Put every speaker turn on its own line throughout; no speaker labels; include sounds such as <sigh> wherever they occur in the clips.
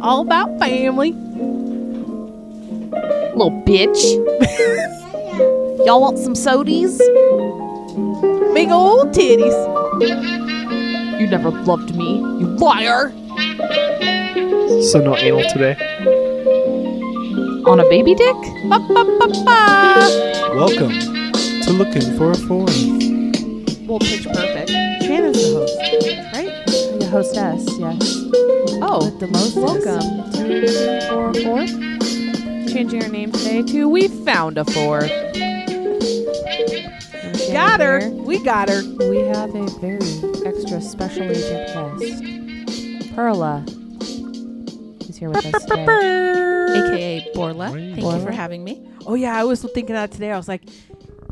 All about family.
Little bitch. Y'all want some sodies?
Big old titties.
You never loved me, you liar!
So no anal today.
On a baby dick?
Ba, ba, ba, ba.
Welcome to Looking for a Foreign.
Well, pitch perfect.
Shannon's the host, right?
The hostess, yes.
Oh,
With the most.
Welcome to four four. Changing our name today to
we found a four.
Got her. We got her.
We have a very extra special agent guest. Perla is here with us today.
aka Borla. Thank you for
Borla.
having me.
Oh yeah, I was thinking that today. I was like,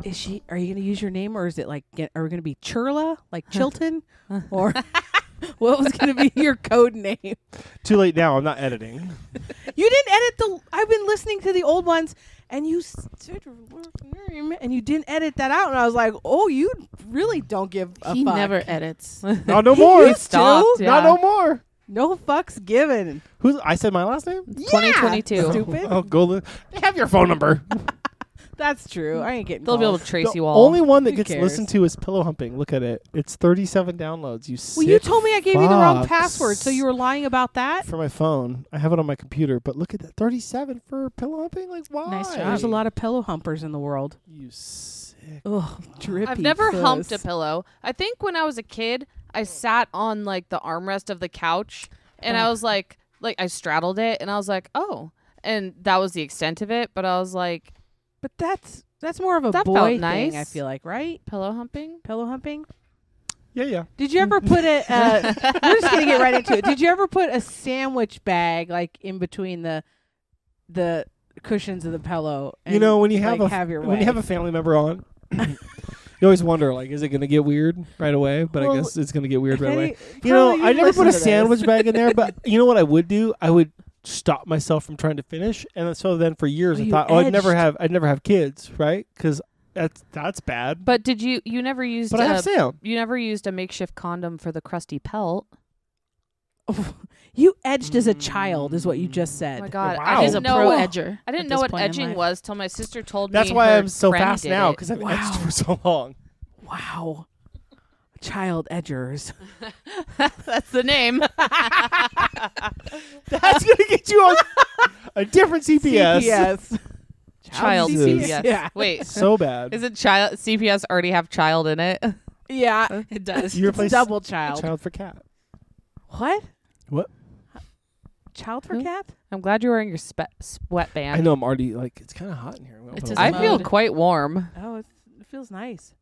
is she? Are you gonna use your name, or is it like? Get, are we gonna be Churla, like Chilton, or <laughs> what was gonna be your code name? You
Too late now. I'm not editing.
didn't edit the. I've been listening to the old ones, and you said your last name, and you didn't edit that out. And I was like, oh, you really don't give a
he
fuck.
never edits.
Not Oh, no
<laughs>
more.
He used to.
stopped,
Not no more.
No fucks given.
Who's? I said my last name.
Yeah,
2022.
Stupid.
Oh, go. Li- they have your phone number.
That's true. I ain't getting.
They'll be able
calls.
to trace
the
you all.
only one that
Who
gets
cares?
listened to is pillow humping. Look at it. It's 37 downloads. You.
Well, you
sick
told me I gave you the wrong
fucks.
password, so you were lying about that.
for my phone. I have it on my computer, but look at that 37 for pillow humping. Like why?
Nice job.
There's a lot Oh. of pillow humpers in the world.
You sick.
Ugh, drippy.
I've never
puss.
humped a pillow. I think when I was a kid, I sat on like the armrest of the couch and I was like, like I straddled it and I was like, oh. And that was the extent of it. But I was like,
But that's that's more of a
That
boy
felt
thing.
nice.
I feel like right
pillow humping? <laughs>
pillow humping.
Yeah, yeah.
Did
Mm.
you ever put a? Uh, we're just gonna get right into it. Did you ever put a sandwich bag like in between the the cushions of the pillow? And,
you know when you have
like,
a
have your
when you have a family member on. You always wonder, like, is it going to get weird right away? But
Well,
I guess it's going to get weird right
Penny,
away.
Perla,
You know, I never
listen
put a
to this.
sandwich bag in there,
<laughs>
but you know what I would do? I would stop myself from trying to finish, and so then for years
Oh,
I
you
thought, oh, I'd never
edged.
have, I'd never have kids, right? Because that's that's bad. But,
But did you, you never used
I
a,
have Sam.
you never used a makeshift condom for the crusty pelt?
You edged as a child, is what you just
Oh my
said.
God.
Wow.
I
He's
didn't
a
know.
pro edger.
<laughs>
I didn't
at
know
this
what
point in
edging
life.
was till my sister told
That's
me.
why
her
I'm so
friend
fast
did
now <laughs>
it.
because I've
Wow.
edged for so long. <laughs>
Wow, child edgers.
That's the
<laughs>
name.
That's gonna get you on a
<laughs>
different CPS.
CPS.
<laughs> child
Jesus.
CPS.
Yeah.
Wait.
So bad.
Is it child CPS already have child in it? <laughs>
Yeah,
It does.
you
it's
replace
double child.
child for cat.
What?
What?
Child for
Who?
cat?
I'm glad you're wearing your spe- sweatband.
I know I'm already like it's kind of hot in here. I'm gonna
It's
put
his
a-
I feel
Mode.
quite warm.
Oh, it's, it feels nice.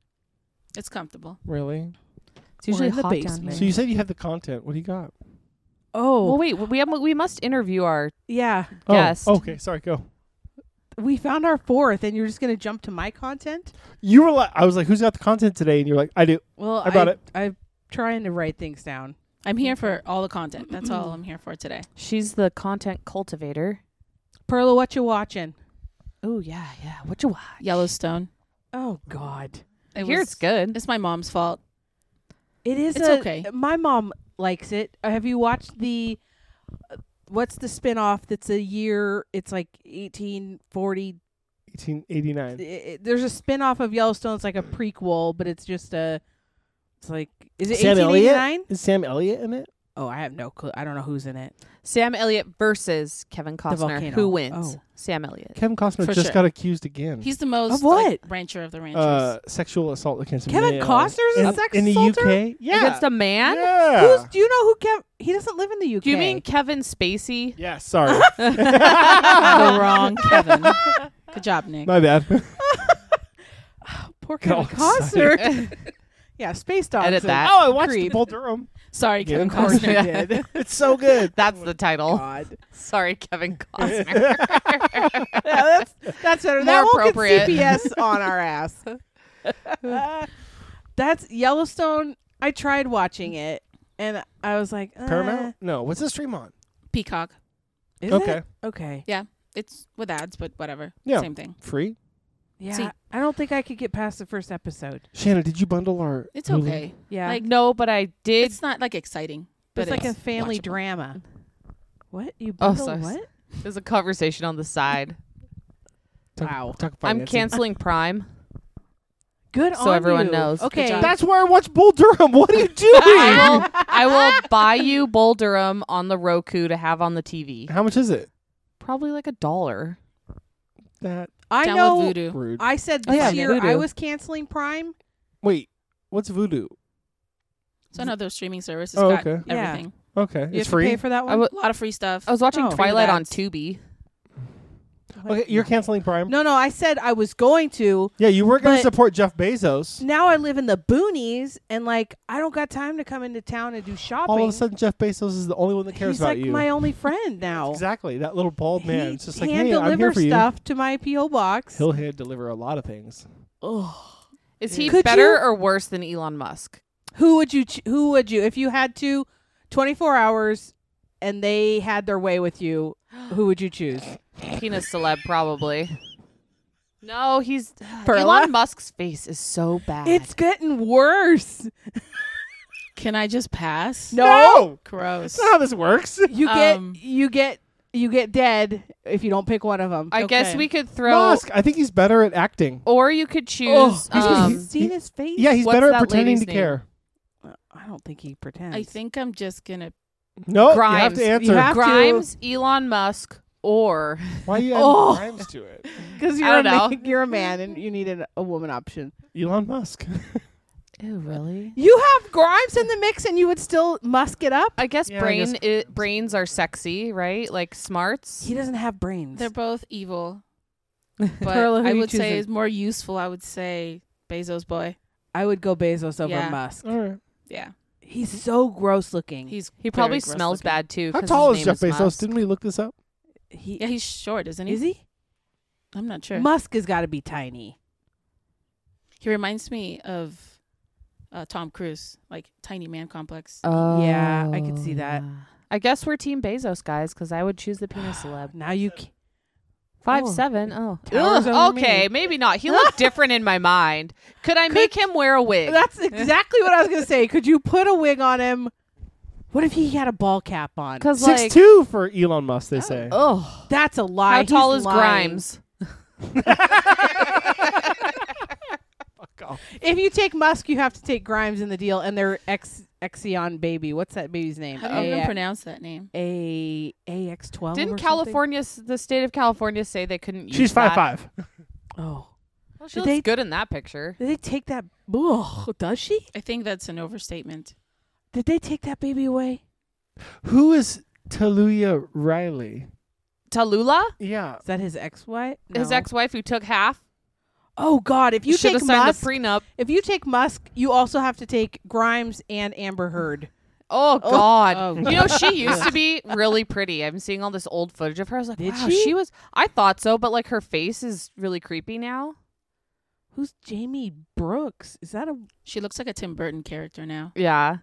It's comfortable.
really.
It's
We're
usually
in the
hot down
basement.
here.
So you said you had the content. What do you got?
Oh,
well, wait. We have, we must interview our.
yeah.
Oh,
Guest.
okay, sorry. Go.
We found our fourth, and you're just gonna jump to my content?
You were like, I was like, who's got the content today? And you're like, I do.
Well,
I brought it.
I'm trying to write things down.
I'm here for all the content. That's all I'm here for
<clears throat>
today.
She's the content cultivator.
Perla, what you watching?
Oh yeah, yeah. What you watch?
Yellowstone.
Oh God,
It
Here
was-
it's good.
It's my mom's fault.
it is.
It's
a-
okay.
My mom likes it. Uh, Have you watched the? uh, What's the spinoff? That's a year. It's like 1840
1889.
i- i- there's a spin-off of Yellowstone. It's like a prequel, but it's just a. It's like is it
Sam Elliott?
1889?
Is Sam Elliott in it?
Oh, I have no clue. I don't know who's in it.
Sam Elliott versus Kevin Costner.
volcano.
Who wins?
Oh.
Sam Elliott.
Kevin Costner
For
just
sure.
got accused again.
He's the most
Of what?
like, rancher of the ranchers.
uh, sexual assault against a
Kevin
male.
Costner's a
in,
sex
in the
assaulter?
UK. Yeah.
Against a man.
Yeah.
Who's? Do you know who Kev? He doesn't live in the UK.
Do you mean
<laughs>
Kevin Spacey?
yeah. Sorry. Uh,
<laughs> the wrong Kevin. Good job, Nick.
My bad. <laughs>
poor
Get all
Kevin
<laughs>
Costner? yeah, Space Dogs.
Edit
and-
that.
oh, I watched
Creep.
Bull Durham.
Sorry,
Yeah,
Kevin
of course
Costner.
you did. <laughs> Oh.
It's so good.
That's the title.
God,
Sorry, Kevin
<laughs>
Costner.
<laughs> Yeah, that's that's better. that
More
won't get
appropriate. <laughs>
CPS on our ass. that's Yellowstone. I tried watching it, and I was like, uh, <laughs>
Paramount? No. What's the stream on?
Peacock.
Is
okay.
It? Okay.
It's with ads, but whatever.
Yeah.
Same thing.
Free.
Yeah,
See-
I don't think I could get past the first episode.
Shannon, did you bundle our?
It's
Hulu?
okay.
Yeah,
Like,
no, but I did
It's not like exciting,
but
but
it's like a family
watchable.
drama. What you?
Oh,
Bindle
sorry.
What?
There's a conversation on
<laughs>
the side.
Wow.
Talk
I'm
financing.
canceling Prime.
Good
So
on
everyone
you.
knows. Good
Okay.
job.
That's where I watch Bull Durham. What
<laughs>
are you doing?
I will, I will buy you Bull Durham on the Roku to have on the TV.
How much is it?
Probably like a dollar.
That
I
Down
know.
with voodoo.
rude.
I said
Oh,
this
yeah,
year I
Voodoo.
was canceling Prime.
Wait, what's Voodoo?
So another streaming service has
Oh,
got
okay.
Yeah.
everything.
Okay,
You
it's
have to pay
free.
for that one.
I wa-
A lot of free stuff.
I was watching
Oh.
Twilight on
Freebats.
Tubi.
okay, you're canceling Prime.
no, no. I said I was going to.
Yeah, you were going to
But-
support Jeff Bezos.
Now I live in the boonies, and like I don't got time to come into town and do shopping.
All of a sudden, Jeff Bezos is the only one that cares
He's
about
like
you.
my only friend now.
exactly, that little bald man.
He
It's just like,
hand
hey, I'm here
deliver
for you.
stuff to my PO box.
He'll hand deliver a lot of things.
Is he
Could
better
you-
or worse than Elon Musk?
Who would you? Ch- who would you? If you had to, twenty four hours, and they had their way with you, who would you choose?
Penis celeb, probably. No, he's
Perla?
Elon Musk's face is so bad.
It's getting worse.
Can I just pass?
No, <laughs>
Gross.
that's not how this works.
you get
Um,
you get you get dead if you don't pick one of them.
I guess
okay.
we could throw,
Musk, Oh, I think he's better at acting.
or you could choose.
Ugh. Have you
um,
seen his face? Uh,
Yeah, he's
What's
better at
that
pretending
lady's
to
name?
care.
I don't think he pretends. <laughs>
I think I'm just gonna.
No, you have
Grimes.
to
You
answer.
have-
Grimes, Elon Musk, or
Why
<laughs>
you add
Oh.
Grimes to it?
because
I
you're a
don't know.
man, you're a man and you need an, a woman option.
Elon Musk. <laughs>
Ew, really?
You have Grimes in the mix and you would still musk it up.
I guess
Yeah, I
brain
guess-
i- brains are sexy, right? Like smarts.
He doesn't have brains.
They're both evil, but
Perla, who
I
you
would say
choosing?
is more useful. I would say Bezos boy.
I would go Bezos over
Yeah.
Musk.
All right.
Yeah,
He's so gross looking.
Mm. he's
He probably
very gross
smells
looking.
bad too.
How
'cause
tall
his
is
name
Jeff Bezos?
Musk.
Didn't we look this up?
he
Yeah, he's short, isn't he?
is he?
I'm not sure.
Musk has got to be tiny.
He reminds me of uh, Tom Cruise, like tiny man complex.
Oh,
Yeah, I could see that.
yeah.
I guess we're Team Bezos guys because I would choose the <sighs> penis celeb.
Now you ca-
Five
Oh.
seven. Oh,
Towers
Ugh,
over me.
okay, maybe not. <laughs> He looked different in my mind. Could I make him wear a wig?
That's exactly what I was going to say. Could you put a wig on him? What if he had a ball cap on?
Because
Six
like,
two for Elon Musk. They say.
oh,
That's a lie.
how
He's
tall is
lying.
Grimes?
If you take Musk, you have to take Grimes in the deal and their ex Exion baby. What's that baby's name?
How do you even
A-
pronounce that name?
A AX twelve.
Didn't California, s- the state of California, say they couldn't? Use
She's five
that?
five.
Oh,
Well, she
Did
looks
they-
good in that picture.
did they take that? Ugh, does she?
I think that's an overstatement.
Did they take that baby away?
Who is Taluya Riley?
Tallulah,
Yeah.
Is that his ex-wife?
his
No.
ex-wife who took half,
Oh God! If you
should
take
have signed
Musk,
the prenup.
if you take Musk, you also have to take Grimes and Amber Heard.
Oh
Oh.
God!
Oh,
you know she used to be really pretty. I'm seeing all this old footage of her. I was like,
Did
wow,
she?
was. I thought so, but like her face is really creepy now.
Who's Jamie Brooks? Is that a?
She looks like a Tim Burton character now.
Yeah,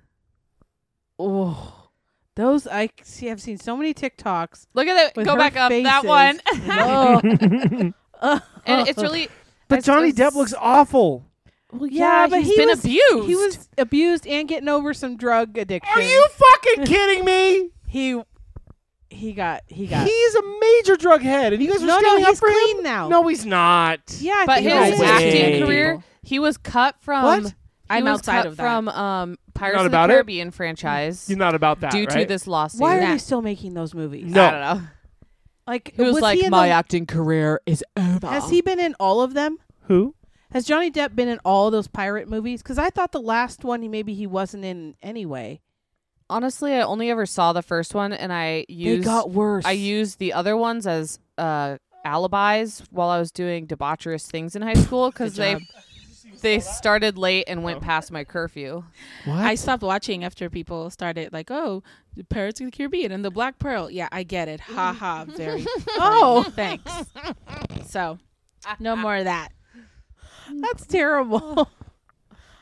Oh, those I see. I've seen so many TikToks.
look at that.
With
Go
her
back up that
faces. <laughs>
one, <laughs>
Oh,
and
<laughs>
it's really.
But
it's-
Johnny
it's-
Depp looks awful.
well,
Yeah,
yeah, but
he's
he
been
was,
abused.
He was abused and getting over some drug addiction.
Are you fucking kidding <laughs> me?
He he got he got.
He's a major drug head, and you guys are
no, no,
standing up
he's
for him.
clean now.
No, he's not.
yeah, I
But
think
his
he
No
is.
way.
acting career, he was cut from.
What?
he
I'm
was
outside
cut
of that.
from um, Pirates
Not
of the
about it?
Caribbean franchise
He's not about that.
due to
right?
this lawsuit.
Why are
Nah.
they still making those movies?
No.
I don't know.
Like
He was, like,
he in
my
the-
acting career is over.
Has he been in all of them?
Who?
Has Johnny Depp been in all those pirate movies? Because I thought the last one he maybe he wasn't in anyway.
Honestly, I only ever saw the first one, and I
they
used
got worse.
I used the other ones as uh, alibis while I was doing debaucherous things in high school because they they started late and went past my curfew.
What?
I stopped watching after people started like, "Oh, the Pirates of the Caribbean and the Black Pearl." Yeah, I get it. Ha ha. Very. oh, thanks. So, no more of that.
That's terrible.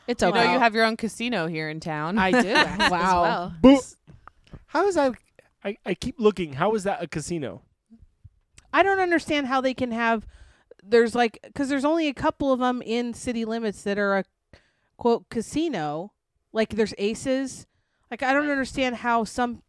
It's
You
okay.
know, you have your own casino here in town.
I
<laughs>
do. as
Wow.
well.
Boo- How is that? I, I keep looking. How is that a casino?
I don't understand how they can have. There's like because there's only a couple of them in city limits that are a quote casino. Like there's aces. Like I don't understand how some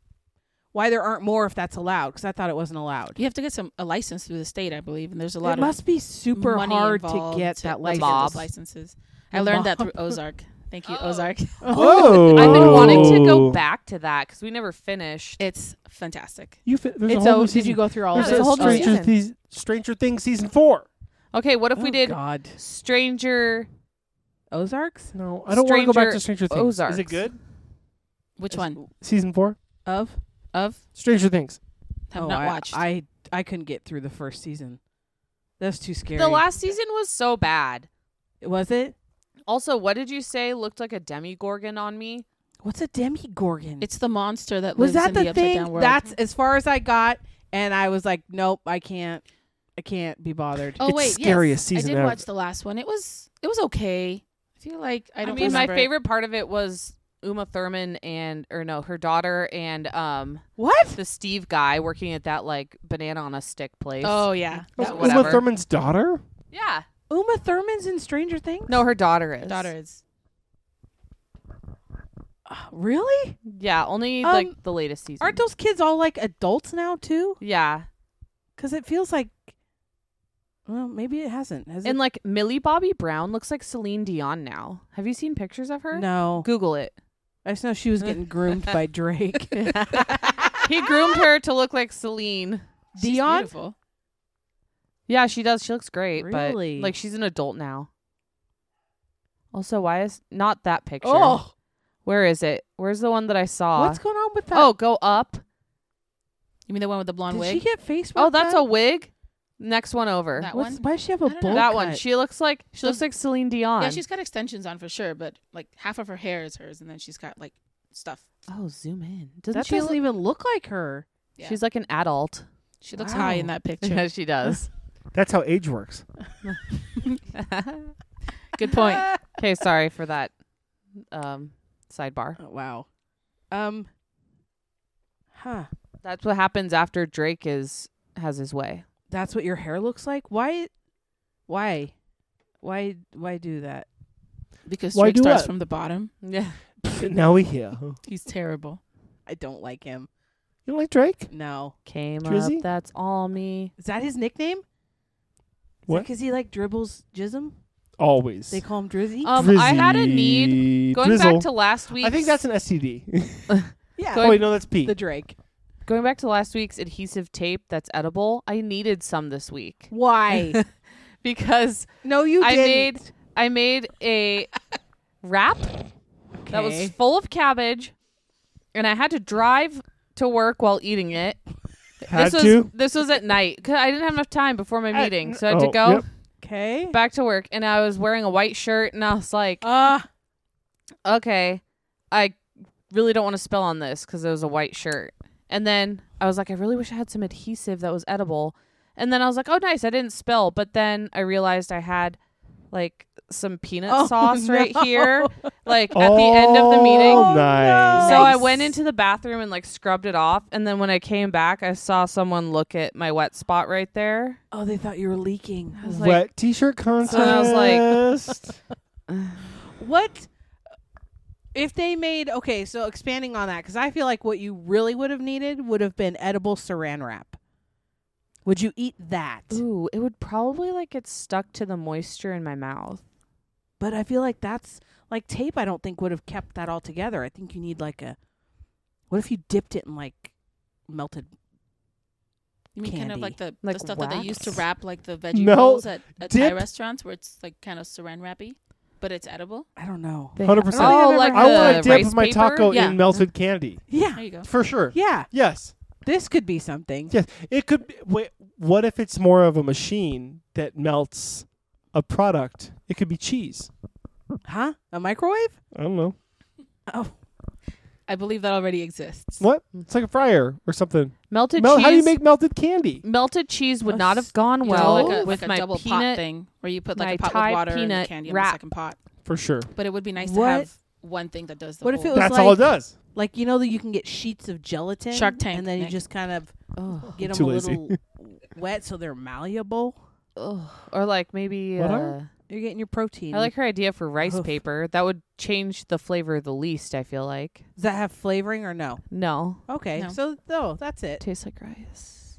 why there aren't more if that's allowed because I thought it wasn't allowed.
You have to get some a license through the state, I believe, and there's a lot
It
of
must be super
money
hard to
involved
get
to-
that
to get
license. Oh.
those
Mob.
licenses. I learned that through Ozark.
<laughs>
Thank you, Ozark.
<laughs> Whoa!
<laughs> I've been wanting to
Oh.
go back to that because we never finished.
It's fantastic.
You fit, there's
It's
a whole
oh,
new
did you
season.
go through all
There's
of it?
a
whole new
Stranger,
season.
Things, Stranger Things season four.
Okay, what if we
Oh,
did
God
Stranger?
Ozarks
No, I don't want to go back to Stranger Things. Is it
Ozarks.
good?
Which one
Season four.
of
of?
Stranger Things.
Have
oh,
not
I,
watched.
I I couldn't get through the first season. That's too scary.
The last season was so bad.
was it?
Also, what did you say looked like a demigorgon on me?
What's a demigorgon?
it's the monster that
was
lives
that
in
the,
the, upside down
thing?
world.
That's as far as I got, and I was like, nope, I can't, I can't be bothered.
oh
it's
wait,
scariest
yes.
season
I did
ever.
watch the last one. It was it was okay. I feel like I
I,
don't
mean,
remember.
my favorite part of it was Uma Thurman and, or no, her daughter and um
What?
the Steve guy working at that like banana on a stick place.
Oh yeah,
That
that
was-
was
Uma
whatever.
Thurman's daughter.
yeah.
Uma Thurman's in
<gasps>
Stranger Things?
No, her daughter is
daughter is.
Really?
Yeah, only
Um,
like the latest season.
Aren't those kids all like adults now too?
yeah,
Because it feels like, well, maybe it hasn't. Has
and
it?
like Millie Bobby Brown looks like Celine Dion now. Have you seen pictures of her?
no,
Google it.
I just know she was getting groomed by Drake.
He groomed her to look like Celine.
She's
Dion?
beautiful.
Yeah, she does. She looks great,
Really?
but like she's an adult now. Also, why is not that picture?
Oh,
Where is it? Where's the one that I saw?
what's going on with that?
oh, go up.
You mean the one with the blonde
did
wig?
she get face?
Oh, that's a
done?
wig. Next one over.
That
That,
What's-
one?
Why does she have a
I don't know.
bowl
That
one.
cut?
She looks like she looks like Celine Dion.
yeah, she's got extensions on for sure, but like half of her hair is hers, and then she's got like stuff.
Oh, zoom in. Doesn't
that
she?
doesn't
Look,
even look like her.
Yeah.
She's like an adult. <laughs>
She looks high in
Wow.
<laughs> that picture.
she does.
That's how age works.
Good <laughs> point.
<laughs> Okay, sorry for that um sidebar.
Oh, wow. Um. Huh.
That's what happens after Drake is has his way.
That's what your hair looks like. Why? Why? Why? Why do that?
Because
Why
Drake
do
starts
what?
from the bottom.
Yeah.
now we here. You
He's terrible.
I don't like him.
don't like Drake?
No.
Came
Drizzy?
up, that's all me.
Is that his nickname?
What?
Because he like dribbles jism.
Always.
They call him Drizzy.
Um I had a need going back to last week's
I think that's an STD.
yeah.
go-
oh wait, no, that's P.
the Drake.
going back to last week's adhesive tape that's edible. I needed some this week <laughs>
Why?
because
no, you
I
didn't.
made I made a wrap that was
Okay.
full of cabbage and I had to drive to work while eating it.
Had
this was
to.
this was at night 'cause I didn't have enough time before my
I-
meeting, so I had
oh,
to go
yep.
Okay.
back to work. And I was wearing a white shirt, and I was like,
Uh,
"Okay, I really don't want to spill on this because it was a white shirt." And then I was like, "I really wish I had some adhesive that was edible." And then I was like, "Oh, nice, I didn't spill." But then I realized I had like some peanut
Oh,
sauce
<laughs>
right
no.
here, like at the end of the meeting.
Oh, nice.
So I
Nice.
went into the bathroom and like scrubbed it off, and then when I came back, I saw someone look at my wet spot right there.
oh, they thought you were leaking.
I was like,
Wet T-shirt contest.
So I was like-
What if they made okay? So expanding on that, because I feel like what you really would have needed would have been edible Saran wrap. Would you eat that?
Ooh, it would probably like get stuck to the moisture in my mouth.
But I feel like that's like tape. I don't think would have kept that all together. I think you need like a. What if you dipped it in like melted?
You mean kind of
Candy.
like the,
Like
the stuff that they used to
wax?
wrap like the veggie
No,
rolls at, at Thai
dip.
restaurants where it's like kind of saran wrappy, but it's edible.
I don't know.
Hundred percent.
I don't
Oh,
think I've
like
ever
I
heard
the
want to dip
rice
my
paper?
taco
Yeah.
in melted candy
Yeah,
There you go.
for sure.
yeah.
Yes.
This could be something.
Yes, it could. Be, wait, what if it's more of a machine that melts a product? It could be cheese.
Huh? A microwave?
I don't know.
Oh,
I believe that already exists.
What? It's like a fryer or something.
Melted
Mel-
cheese.
how do you make melted candy?
melted cheese would
A
not
s-
have gone
You know,
well
like a,
with
like a
my
double pot
peanut.
thing where you put like
my
a pot
Thai
with water and the
peanut
candy in
wrap.
the second pot.
For sure.
But it would be nice
What?
to have one thing that does the
What if it
whole.
was
That's all it
like-
does.
like you know that you can get sheets of gelatin.
Shark Tank,
and then you
Nick.
just kind of
Ugh,
get them
Oh, Too
a
<laughs> lazy.
little wet so they're malleable.
ugh. Or like maybe
What
uh,
are-
You're getting your protein.
I like her idea for rice
Oof.
paper. That would change the flavor the least, I feel like.
Does that have flavoring or no?
No.
Okay.
No.
So no, that's it.
Tastes like rice.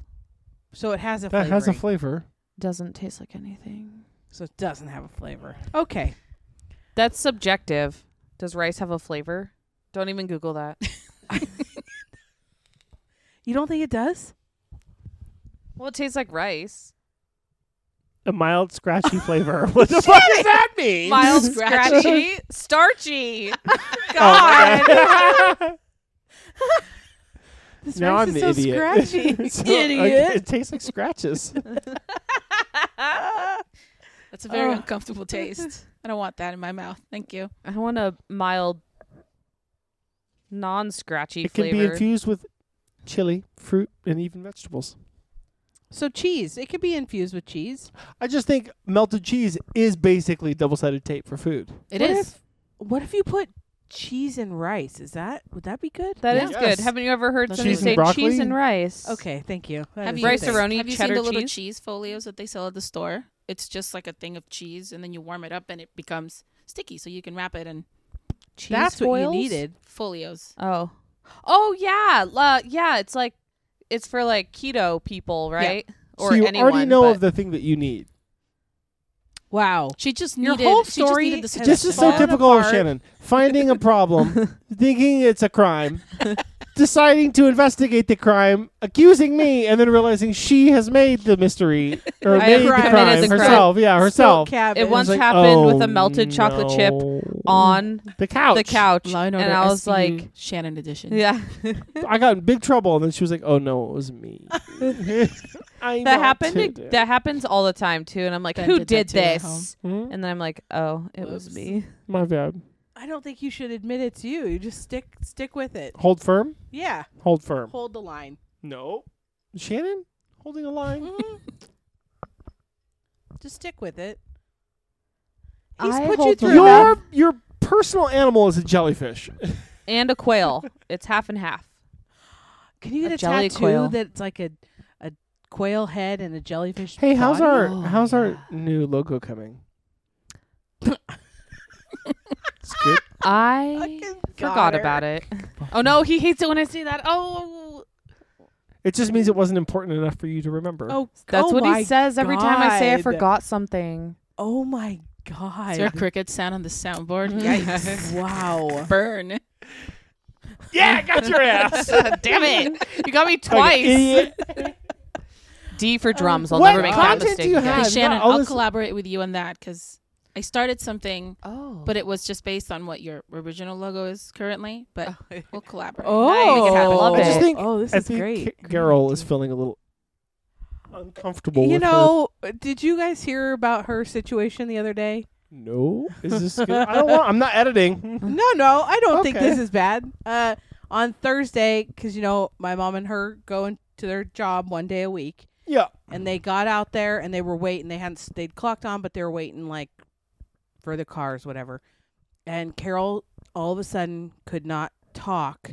So it has a
That
flavoring.
has a flavor.
Doesn't taste like anything.
so it doesn't have a flavor. Okay.
That's subjective. Does rice have a flavor? Don't even Google that. <laughs>
You don't think it does?
Well, it tastes like rice.
A mild scratchy flavor. What the fuck does that mean?
Mild,
Scratchy.
scratchy, starchy.
Oh,
God.
This
now
rice
I'm
is
the
<laughs> so
idiot. <laughs>
scratchy.
So,
Idiot.
I- it tastes like scratches.
That's a very
Ugh.
uncomfortable taste. I don't want that in my mouth. Thank you.
I want a mild, non-scratchy
it can be
flavor.
infused with chili, fruit, and even vegetables.
So cheese. It could be infused with cheese.
I just think melted cheese is basically double-sided tape for food.
It
What
is.
if- what if you put cheese and rice? Is that would that be good?
That
Yeah.
is
Yes.
good. Haven't you ever heard
Cheese
somebody
and
say cheese
broccoli?
and rice?
Okay, thank you. That
Have
is
you,
a
Rice
thing.
Rice-a-roni,
have you seen
cheddar
the little
cheese?
cheese? folios that they sell at the store? It's just like a thing of cheese, and then you warm it up, and it becomes sticky, so you can wrap it in
Cheese
That's what you
foils?
needed.
folios.
Oh. Oh yeah. La yeah, it's like it's for like keto people, right? Or
so you
anyone.
already know
but
of the thing that you need.
Wow.
She just
Your
needed.
whole
she just
story
needed the
has
This is so
Falling
suggestion.
typical of
apart.
Shannon. Finding a
<laughs>
problem, thinking it's a crime, <laughs> deciding to investigate the crime, accusing me, and then realizing she has made the
<laughs>
mystery or
I
made the
committed
crime
the crime.
herself. Yeah, herself.
Spilled cabbage.
It once
It's like,
happened with
oh,
a melted chocolate chip
no.
on
the couch.
the couch.
Law
And,
Order E
I was
SVU,
like <laughs>
Shannon edition.
Yeah.
I got in big trouble, and then she was like, "Oh no, it was me." I
<laughs> that happened
melted it.
that happens all the time too, and I'm like,
Ben
Who did,
did that too at home.
this?
Hmm?
And then I'm like, Oh, it was
Whoops.
me.
My bad.
I don't think you should admit it's you. You just stick stick with it.
Hold firm.
Yeah.
Hold firm.
Hold the line.
No, Shannon, holding a
Mm-hmm.
line.
just stick with it. He's
I
put you
hold the
through
line.
that.
Your your personal animal is a jellyfish.
And a quail. It's half and half.
Can you get
A
a,
jelly
tattoo
quail.
that's like a a quail head and a jellyfish?
Hey, how's
body?
our
Oh,
how's
yeah.
our new logo coming? it's good.
I
Fucking got
forgot
her.
about it. Oh no, he hates it when I say that. Oh
It just means it wasn't important enough for you to remember.
Oh,
That's
oh
what
my
he says every time I say I
God.
forgot something.
Oh my
Is there a
god!
cricket sound on the <laughs> soundboard? Yikes.
wow.
Burn.
yeah, I got your
<laughs>
ass.
<laughs> Damn it. You got me
Okay,
twice.
idiot.
D for drums. I'll
What
never make that
content do
mistake.
you
again.
have?
Hey,
I've
Shannon,
got all
I'll
this-
collaborate with you on that because I started something,
Oh.
but it was just based on what your original logo is currently. But <laughs> we'll collaborate.
Make it happen. Love
I just
it.
think
oh, this
I
is
think
great.
Ca- Carol is feeling a little uncomfortable.
You
with her-
know, Uh, did you guys hear about her situation the other day?
no, is this? Good? I don't want. I'm not <laughs> editing.
No, no, I don't think
Okay.
this is bad. Uh, on Thursday, because you know my mom and her go into their job one day a week,
Yeah,
and they got out there and they were waiting. They hadn't s- they'd clocked on, but they were waiting like for the cars, whatever. And Carol all of a sudden could not talk.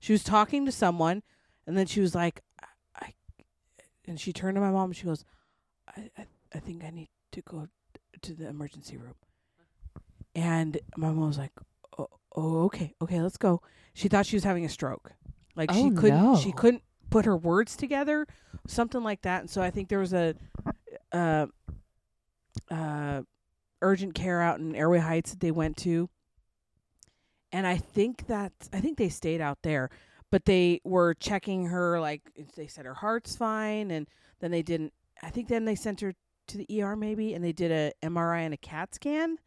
She was talking to someone, and then she was like, "I,", I and she turned to my mom. and She goes, I, "I I think I need to go to the emergency room." And my mom was like, "Oh, oh okay, okay, let's go." She thought she was having a stroke. Like she
Oh,
couldn't
no.
she couldn't put her words together, something like that. And so I think there was a uh, uh, urgent care out in Airway Heights that they went to, and I think that I think they stayed out there, but they were checking her like they said her heart's fine, and then they didn't. I think then they sent her to the ER maybe, and they did a MRI and a CAT scan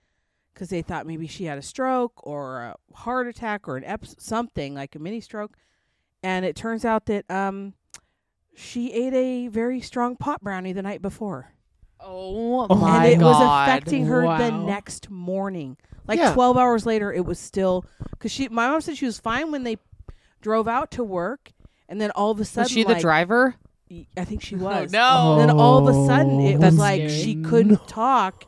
because they thought maybe she had a stroke or a heart attack or an ep- something like a mini stroke, and it turns out that um. She ate a very strong pot brownie the night before
oh,
my
my
and it
God.
was affecting her the
Wow.
next morning. Like
Yeah.
12 hours later, it was still because she. My mom said she was fine when they drove out to work, and then all of a sudden,
Was she the
like,
driver?
I
<laughs>
think she was.
no.
And then all of a
Oh,
sudden, it was
That's
like
scary.
she couldn't talk,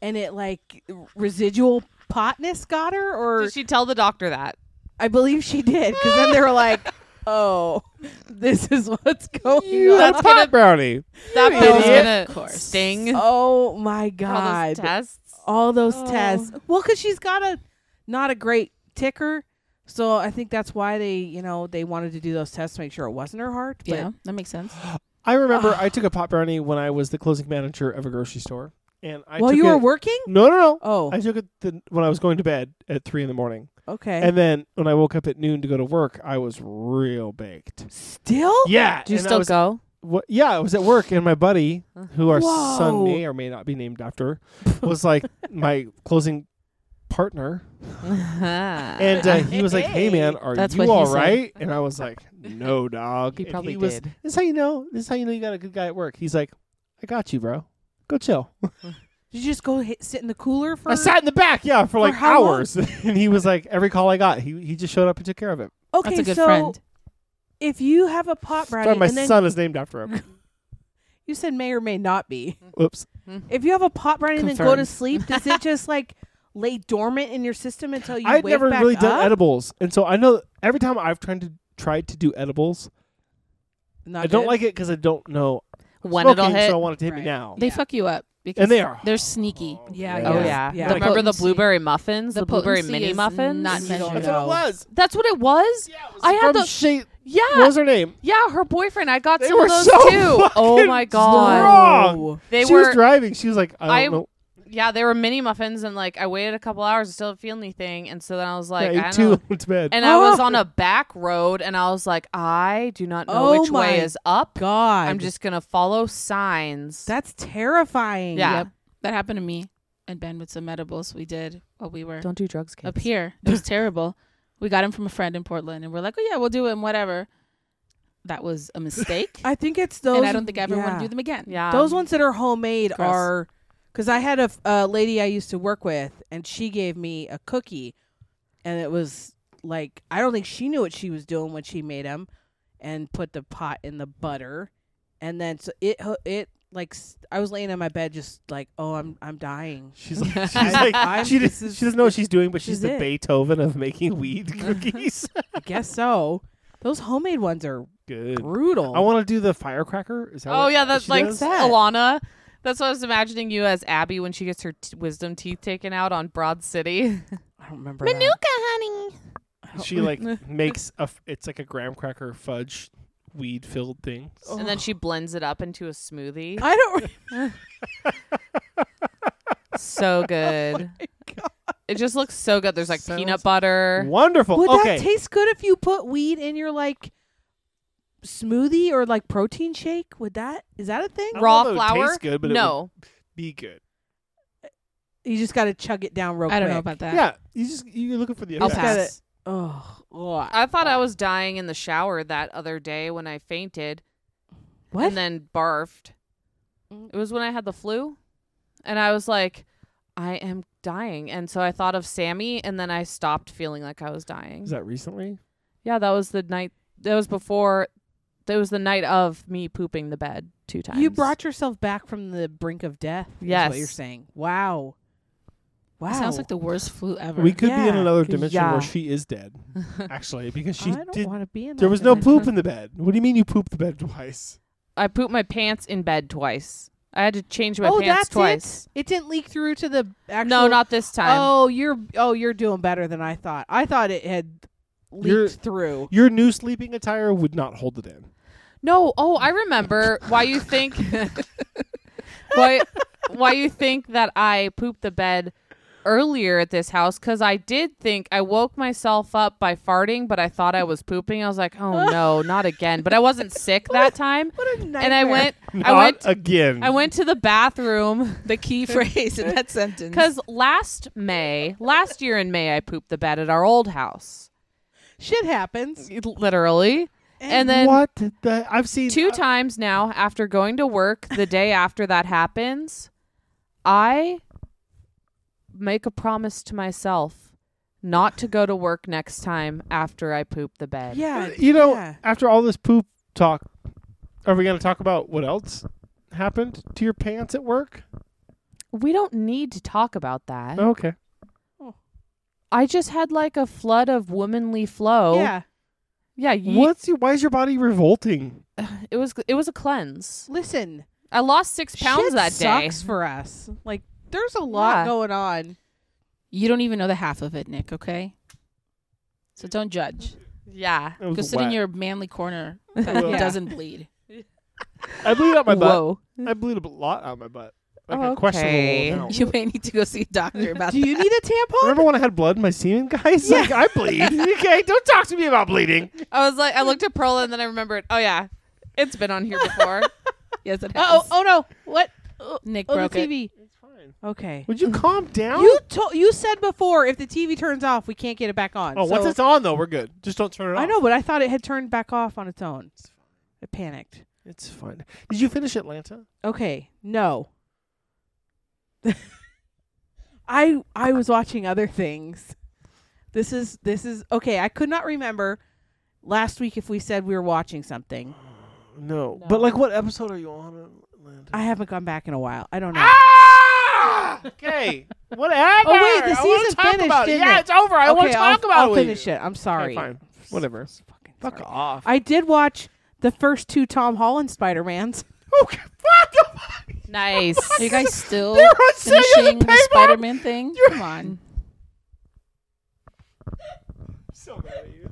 and it like residual potness got her, or
Did she tell the doctor that?
I believe she did, because then they
<laughs>
were like, "Oh, this is what's going
you
on."
had a pot brownie.
That
You
bitch was
idiot.
going
Of
to
course.
sting.
<laughs> Oh my
for all those
god!
tests.
all those
Oh.
tests. Well, because she's got a not a great ticker, so I think that's why they, you know, they wanted to do those tests to make sure it wasn't her heart. But
yeah, that makes sense.
I remember
Ah.
I took a pot brownie when I was the closing manager of a grocery store, and I
while
took
you
it,
were working,
No, no, no.
oh,
I took it the, when I was going to bed at three in the morning,
okay,
and then when I woke up at noon to go to work, I was real baked.
still,
Yeah,
Do you
and I
still
was-
go?
wha- yeah, I was at work, and my buddy, who our son
Whoa.
may or may not be named after, was like my closing partner,
Uh-huh.
and uh, he was like, "Hey, man, are
That's
you
what he
all
said.
right?" And I was like, "No, dog."
he
And
probably
was-
did.
This is how you know. This is how you know you got a good guy at work. He's like, "I got you, bro. Go chill."
did you just go hit, sit in the cooler for?
I sat in the back, yeah, for like
how long?
hours, <laughs> and he was like, "Every call I got, he he just showed up and took care of it."
okay,
That's a good
so
friend.
if you have a pot
That's
brownie,
why my
and then
son is named after
<laughs>
him.
you said may or may not be.
Oops.
If you have a pot brownie and then go to
Confirmed.
sleep, does it just like lay dormant in your system until you
I've
wake
never
back
really
up?
done edibles, and so I know every time I've tried to tried to do edibles,
Not
I don't
good?
like it because I don't know
When
smoking,
it'll hit.
so I want it to hit me
Right.
now.
They fuck you up because
and they are
they're sneaky.
Yeah,
Oh
Yeah.
yeah.
Yeah.
The-
Like
remember the
potency.
blueberry muffins, the,
The
blueberry
potency
mini
is
muffins?
not
You
measurable.
don't
That's
know.
what it was.
That's what it was.
Yeah, it was
I had
from <laughs>
the-
shape.
Yeah.
What was her name?
yeah, her boyfriend. I got
They
some
were
of those
so
too.
<laughs>
Oh
fucking
my god.
strong.
Oh,
Wrong.
They
she
were
was driving. She was like, I don't
I-
know.
yeah, they were mini muffins and like I waited a couple hours and still didn't feel anything and so then I was like
yeah, I
I
ate
don't
two
know.
and went to bed.
And I was
Oh.
on a back road and I was like I do not know
Oh
which way
my
is up.
God,
I'm just going to follow signs.
that's terrifying.
Yeah.
Yep. That happened to me and Ben with some edibles. We did what we were
don't do drugs, kids.
up here.
<laughs>
It was terrible. We got them from a friend in Portland and we're like, oh, yeah, we'll do it and whatever. That was a mistake.
<laughs> I think it's those.
and I don't think I ever want
yeah.
to do them again.
Yeah.
Those ones that are homemade
Gross.
are because I had a, f- a lady I used to work with, and she gave me a cookie, and it was like I don't think she knew what she was doing when she made them, and put the pot in the butter, and then so it ho- it like s- I was laying on my bed just like oh I'm I'm dying.
She's
<laughs>
like, she's
I'm-
like she,
this
does,
is-
she doesn't know what she's doing, but
this
she's
is
the
it.
Beethoven of making weed <laughs>
<laughs>
cookies.
I guess <laughs> so. Those homemade ones are
Good.
brutal.
I want to do the firecracker. Is that
Oh
what
yeah, that's
she
like
does?
that?
Alana. That's what I was imagining you as Abby when she gets her t- wisdom teeth taken out on Broad City. <laughs>
I don't remember. Manuka.
She like makes a. f- It's like a graham cracker fudge weed filled thing.
And then she blends it up into a smoothie.
I don't. re-
<laughs> Oh
so good. It just looks so good. There's like peanut butter.
Wonderful.
Would
okay.
that taste good if you put weed in your like smoothie or like protein shake? Would that is that a thing?
I don't
Raw
know if it
flour?
tastes good, but it
no.
Be good.
You just got to chug it down real
I
quick.
don't know about that.
Yeah. You just you're looking for the.
I'll
effect.
gotta-
pass.
Oh, ugh.
I thought I was dying in the shower that other day when I fainted
what?
and then barfed.
Mm.
It was when I had the flu. And I was like, I am dying. And so I thought of Sammy and then I stopped feeling like I was dying.
Is that recently?
Yeah, that was the night. That was before. That was the night of me pooping the bed two times.
you brought yourself back from the brink of death. Is
Yes.
what you're saying. Wow. Wow.
It sounds like the worst flu ever.
We could be in
Yeah.
another dimension
Yeah.
where she is dead, actually, because she
I don't
did.
want to be in.
There
that
was no
dimension.
poop in the bed. What do you mean you pooped the bed twice?
I pooped my pants in bed twice. I had to change my
Oh,
pants
that's it?
twice.
It didn't leak through to the actual.
No, not this time.
Oh, you're oh you're doing better than I thought. I thought it had leaked
You're-
through.
Your new sleeping attire would not hold it in.
No. Oh, I remember why you
<laughs>
think why why you think that I pooped the bed earlier at this house because I did think I woke myself up by farting, but I thought I was pooping. I was like, oh no, not again. But I wasn't sick that
<laughs>
time,
What a nightmare.
and I went.
Not
I went.
again.
I went to the bathroom.
<laughs> the key phrase in that sentence.
Because last May, last year in May, I pooped the bed at our old house,
Shit happens.
literally. And then
what the? I've seen
two
uh,
times now, after going to work the day after that happens, I make a promise to myself not to go to work next time after I poop the bed.
Yeah.
You know,
yeah.
after all this poop talk, are we going to talk about what else happened to your pants at work?
We don't need to talk about that.
Oh, Okay.
I just had like a flood of womanly flow.
Yeah.
Yeah. ye-
What's your? Why is your body revolting?
It was it was a cleanse.
Listen.
I lost six pounds
shit
that day.
sucks for us. Like There's a lot
Yeah.
going on.
You don't even know the half of it, Nick, okay? So don't judge.
Yeah.
It was
Go sit in
wet.
your
<laughs>
manly corner that
Well-
doesn't
<laughs>
bleed.
I bleed out my butt.
Whoa.
I bleed a lot out my butt. Like
Oh,
a questionable
okay.
<laughs>
amount.
<laughs> You may need to go see a doctor about
Do you
that.
need a tampon?
Remember when I had blood in my semen, guys? Like I
<laughs>
bleed. okay, don't talk to me about bleeding.
I was like, I looked at Pearl and then I remembered. Oh yeah, it's been on here before.
Yes, it has.
Oh, oh no! What? Oh,
Nick
oh, the
broke it.
TV.
It's fine.
Okay.
Would you calm down?
You told you said before if the TV turns off, we can't get it back on.
oh, once
So-
it's on though, we're good. Just don't turn it off.
I know, but I thought it had turned back off on its own. I panicked.
It's fine. Did you finish Atlanta?
Okay, no. <laughs> I I was watching other things. This is this is okay. I could not remember last week if we said we were watching something.
Oh, No. But like, what episode are you on Atlanta?
I haven't gone back in a while. I don't know.
Ah!
<laughs>
Okay. Whatever.
Oh, wait, the
I wanna
season
talk
finished,
about it.
didn't
Yeah,
it?
it's over. I want
Okay,
to talk
I'll,
about
I'll
it. with
finish
you.
it. I'm sorry.
Okay, fine. Whatever.
Fucking
Fuck
sorry.
off.
I did watch the first two Tom Holland Spider Mans.
Okay. Fuck.
<laughs> <laughs> nice.
Are
<laughs>
you guys still
They're on sale. You
finishing
have to
the
pay
Spider Man thing? Come on.
So mad at you.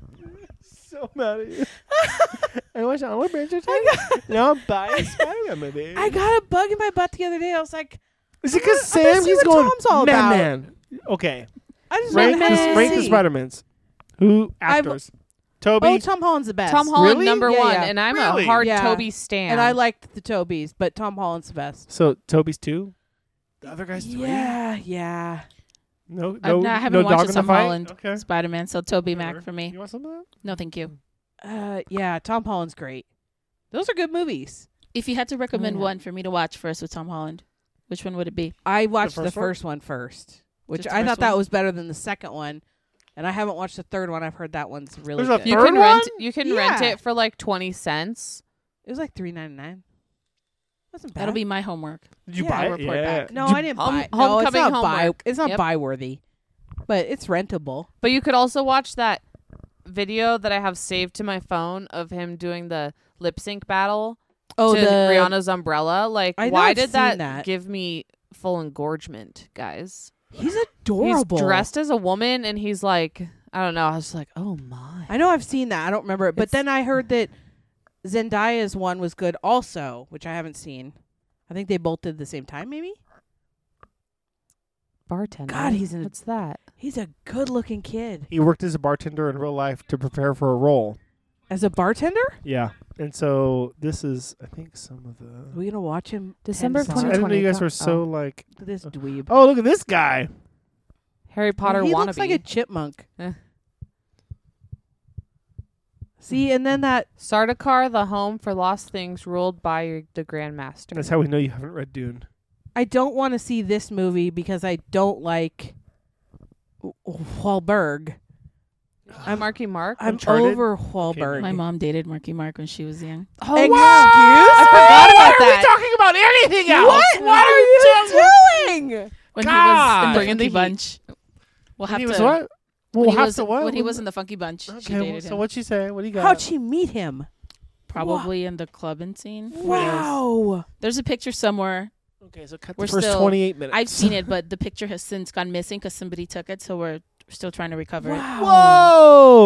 So mad at you. <laughs> I watched Oliver Branch today. Now I'm <laughs> buying Spider-Man movie.
I got a bug in my butt the other day. I was like,
Is it because <laughs>
I wanna
Sam?
see
He's
what
going.
Tom's all about.
Man, man. Okay.
I just
Rank
wanted to
the, rank the
see.
Spider-Mans. Who
I've-
actors? Toby.
Oh, Tom Holland's the best.
Tom Holland
Really?
number
Yeah,
one,
yeah.
and I'm
Really?
a hard
Yeah.
Toby stan.
And I liked the Tobies, but Tom Holland's the best.
so Toby's two. The other guy's three.
Yeah, yeah.
No, no,
I- no, I haven't
no
watched
dog in
it, so
the
I'm
fight.
Holland.
Okay.
Spider Man, so Toby
Sure.
Mac for me.
You want some of that?
No, thank you.
Uh, yeah, Tom Holland's great. Those are good movies.
If you had to recommend
yeah.
one for me to watch first with Tom Holland, which one would it be?
I watched the
first
first,
one?
one first, which
Just the
I
first
thought that
one?
was better than the second one, and I haven't watched the third one. I've heard that one's really
There's a
good.
you
Third
can rent.
one?
You can rent
Yeah.
it for like twenty cents.
it was like three ninety nine. Wasn't bad.
That'll be my homework.
Did you
Yeah,
buy
I'll
it?
report
yeah.
<laughs>
back.
no,
Did
I
you-
didn't
Home-
buy. No, it's
homecoming
not buy.
homework.
It's not
Yep.
buy worthy, but it's rentable.
But you could also watch that video that I have saved to my phone of him doing the lip sync battle
Oh,
to
the
Rihanna's umbrella. Like,
I know
why
I've
did
seen
that,
that.
give me full engorgement, guys?
he's adorable.
He's dressed as a woman, and he's like, I don't know. I was like, oh my.
I know I've seen that. I don't remember it. But
It's-
then I heard that Zendaya's one was good also, which I haven't seen. I think they both did the same time, maybe?
Bartender.
God, he's in a-
What's that?
He's a good looking kid.
He worked as a bartender in real life to prepare for a role.
As a bartender?
Yeah. And so this is, I think, some of
Are
the.
we gonna watch him
December
of
of
I didn't know
2020.
you guys were so
oh.
like,
this dweeb.
oh, look at this guy.
Harry Potter
he
wannabe.
looks like a chipmunk.
Eh.
See, and then that
Sardaukar, the home for lost things, ruled by your, the Grand Master.
That's how we know you haven't read Dune.
I don't want to see this movie because I don't like W- Wahlberg.
I'm Marky Mark.
I'm
Uncharted?
over Wahlberg.
My mom dated Marky Mark when she was young.
oh,
Excuse
I
Why
forgot about
are
that.
we talking about anything else?
What?
What are you doing?
you doing?
When he was in
God.
the
Bringing the
Funky
heat.
Bunch. We'll have
He
to.
was what?
When
We'll
he
have
was,
to what?
When he was in the Funky Bunch, she
Okay,
dated
so
him.
what'd she say? What do you got?
How'd she meet him?
Probably in the clubbing scene. Who knows?
Wow.
There's a picture somewhere.
okay, so cut
We're
the first
still-
28 minutes.
I've seen it, but the picture has since gone missing because somebody took it. So we're still trying to recover it.
Wow.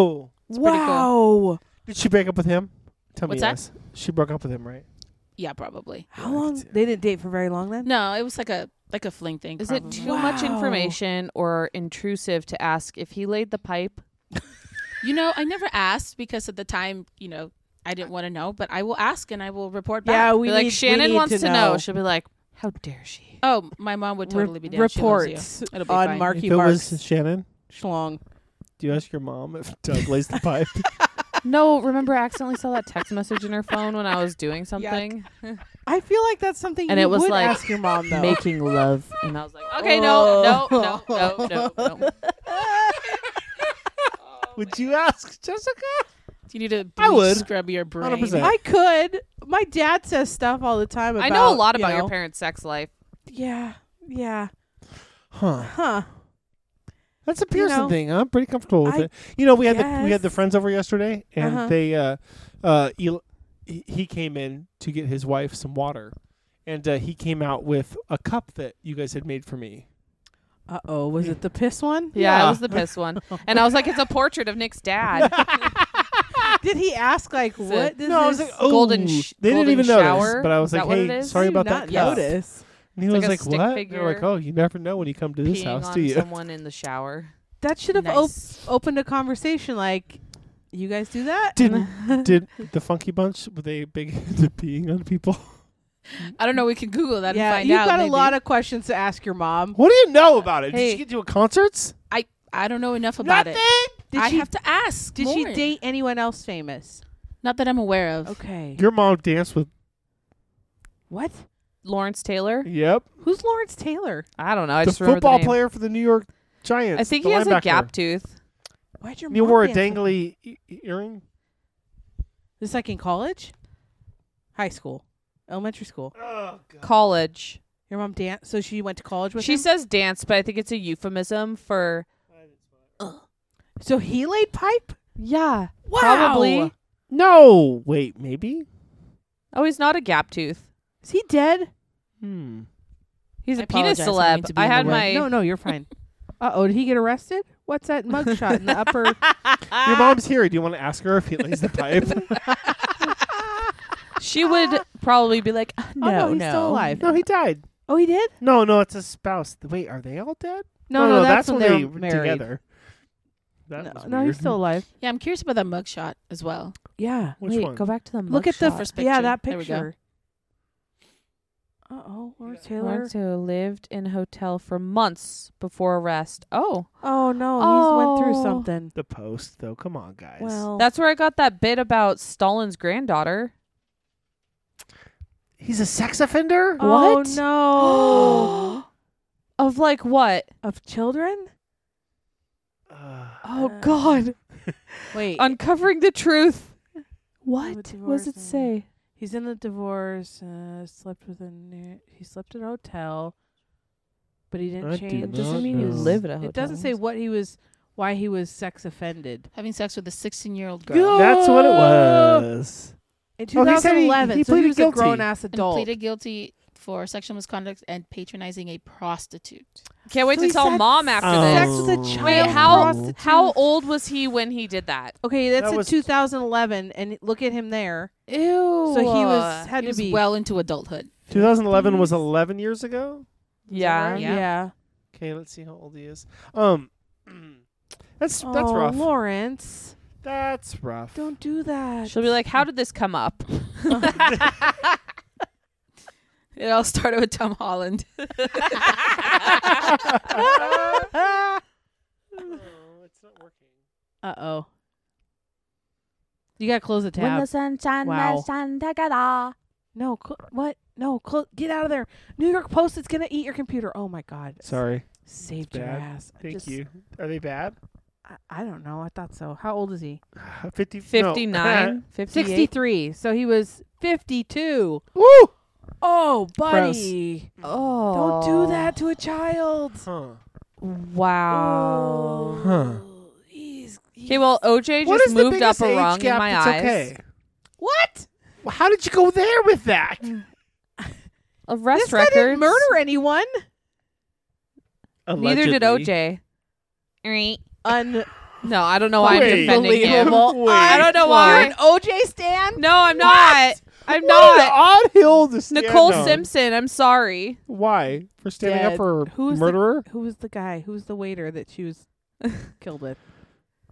<laughs> Whoa!
pretty cool.
Wow.
Did she break up with him? Tell me
What's that?
yes. She broke up with him, right?
Yeah, probably.
How long? They didn't date for very long then?
No, it was like a like a fling thing.
Is it
probably.
too much
Wow.
information or intrusive to ask if he laid the pipe?
You know, I never asked because at the time, you know, I didn't want to know. But I will ask and I will report back.
Yeah, we
Be like
need- we
Shannon
need
wants
to
know.
know.
She'll be like, "How dare she?"
Oh, my mom would
Re-
totally be down. She loves you.
reports
It'll be
on
fine.
If
Marky
it
Mark's
was Shannon,
schlong.
do you ask your mom if <laughs> Doug lays the
<laughs>
pipe?
<laughs> no, remember, I accidentally saw that text message in her phone when I was doing something,
I feel like that's something
and
you
it was
would
like
ask your mom though.
making love, and I was like, "Okay, no, no, no, no, <laughs> no, no." Oh
Would you ask Jessica?
You need to
I
bleach
would.
scrub your brain.
100%.
I could. My dad says stuff all the time about
I know a lot
you
about
know,
your parents' sex life.
Yeah. Yeah.
Huh.
Huh.
That's a
You
Pearson
know,
thing. I'm pretty comfortable with
I
it. You know, we had the we
guess.
had the friends over yesterday, and
Uh-huh.
they uh, uh, El- he he came in to get his wife some water, and uh, he came out with a cup that you guys had made for me.
Uh oh, was it the piss one?
Yeah,
Yeah.
it was the piss one. And I was like, it's a portrait of Nick's dad.
Did he ask like what? Does
no, I was
this-
like, oh,
golden sh-
they didn't
golden
even
shower?
notice. But I was
Is
like,
that what it
hey,
is?
I
sorry
did
about
not
that cup.
Notice
And he
It's
was
like a
like,
stick
what?
figure
They're like, oh, you never know when you come to this
peeing
house,
on
do you?
someone in the shower.
that should have op-
Nice.
opened a conversation. Like, you guys do that?
<laughs>
Didn't did the Funky Bunch were they big <laughs> into peeing on people?
I don't know. We can Google that
yeah,
and find
you've
out.
got
maybe.
a lot of questions to ask your mom.
What do you know about it? Did
Hey.
you get to a concerts?
I don't know enough about it.
Did
I
she
have to ask.
did
more.
she date anyone else famous?
Not that I'm aware of.
Okay.
Your mom danced with.
what?
Lawrence Taylor?
Yep,
Who's Lawrence Taylor?
I don't know. I
the
just remember the
football
name.
player for the New York Giants.
I think
the
he has
linebacker.
a gap tooth.
Why'd your
You
mom
wore a
dance with-
dangly e- e- earring.
This like in college, high school, elementary school.
College.
Your mom danced, so she went to college with
She
him?
says dance, but I think it's a euphemism for
so he laid pipe.
yeah, probably.
No, wait, maybe.
Oh, he's not a gap tooth.
Is he dead?
Hmm.
He's
I
a penis
apologize, I don't mean
celeb.
to be
I
in the
had my
way.
No, no, you're fine. uh oh, did he get arrested? What's that mugshot in the upper?
Your mom's here. Do you want to ask her if he lays the pipe?
she would probably be like, "Uh,
oh
no,
no, he's still alive.
no, he died.
Oh, he did?
No, no, it's a spouse. Wait, are they all dead?
No,
no, that's,
when
when they
were
were
married.
together. That
No,
was
no, he's
weird.
still alive.
Yeah, I'm curious about that mugshot as well.
Yeah.
Which
wait,
one?
go back to the
Look at the
mugshot.
first
First
picture. Yeah, that
picture. There we go.
picture. Uh oh, Lawrence Taylor.
Lawrence Taylor lived in hotel for months before arrest. Oh,
Oh no, he's went through
Oh.
something.
the post though. Come on, guys.
Well,
that's where I got that bit about Stalin's <gasps> granddaughter.
he's a sex offender.
oh
What?
no,
<gasps> Of like what?
<gasps> of children.
Oh
Uh,
God!
Wait,
Uncovering the truth.
the
What
divorce
was it
and-
say?
he's in a divorce. Uh, slept with a new, he slept at a hotel, but he didn't
I do
change.
It doesn't
not
mean you
know.
live at a hotel.
It doesn't say what he was, why he was sex offended.
Having sex with a 16 year old girl
that's what it was.
In
Oh, he said he-
2011,
he
so he
pleaded
was
guilty.
a grown ass
and
adult.
pleaded guilty for sexual misconduct and patronizing a prostitute.
Can't wait
So
to
he
tell
said
mom after
sex
this.
with a
Oh.
child
Um, Wait, how
prostitute.
how old was he when he did that?
Okay, that's
That
in
was-
2011, and look at him there.
Ew.
So he was had to
he was
be
well into adulthood.
2011 was 11 years ago.
Yeah.
Yeah.
Yeah,
Okay, let's see how old he is. Um, <clears throat> that's that's
oh,
rough.
Lawrence,
That's rough. <laughs>
don't do that.
She'll be like, "How did this come <laughs> up?"
It all <laughs> started with Tom Holland.
Oh,
it's not working.
Uh oh. You gotta close the tab.
sunshine
Wow.
shine together.
no, cl- what? No, cl- get out of there. New York Post, it's gonna eat your computer. Oh my God.
Sorry.
Saved
It's
your
bad.
ass. I
Thank
just-
you. Are they bad?
I, I don't know. I thought so. How old is he?
50,
Fifty <laughs> nine. Fifty eight.
63. So he was 52.
No. Woo!
Oh, buddy.
Oh.
Don't do that to a child.
Huh.
Wow.
Huh.
He's,
Okay, well, OJ
What
just
is the
moved up
biggest
a
age
rung in
gap
my
that's
eyes.
okay?
what?
Well, how did you go there with that?
Arrest
this
records.
guy didn't murder anyone.
Neither did
Allegedly.
OJ.
Un-
No, I don't know why I'm defending him.
Unbelievable.
Wait.
I don't know
You're
why.
an OJ stand?
No, I'm not. I'm
What an
not.
odd hill to stand
Nicole
on.
Simpson. I'm sorry.
Why? For standing up
Dead.
for
Who's the-
murderer?
Mm. Who was the guy? Who was the waiter that
<laughs>
she was killed with?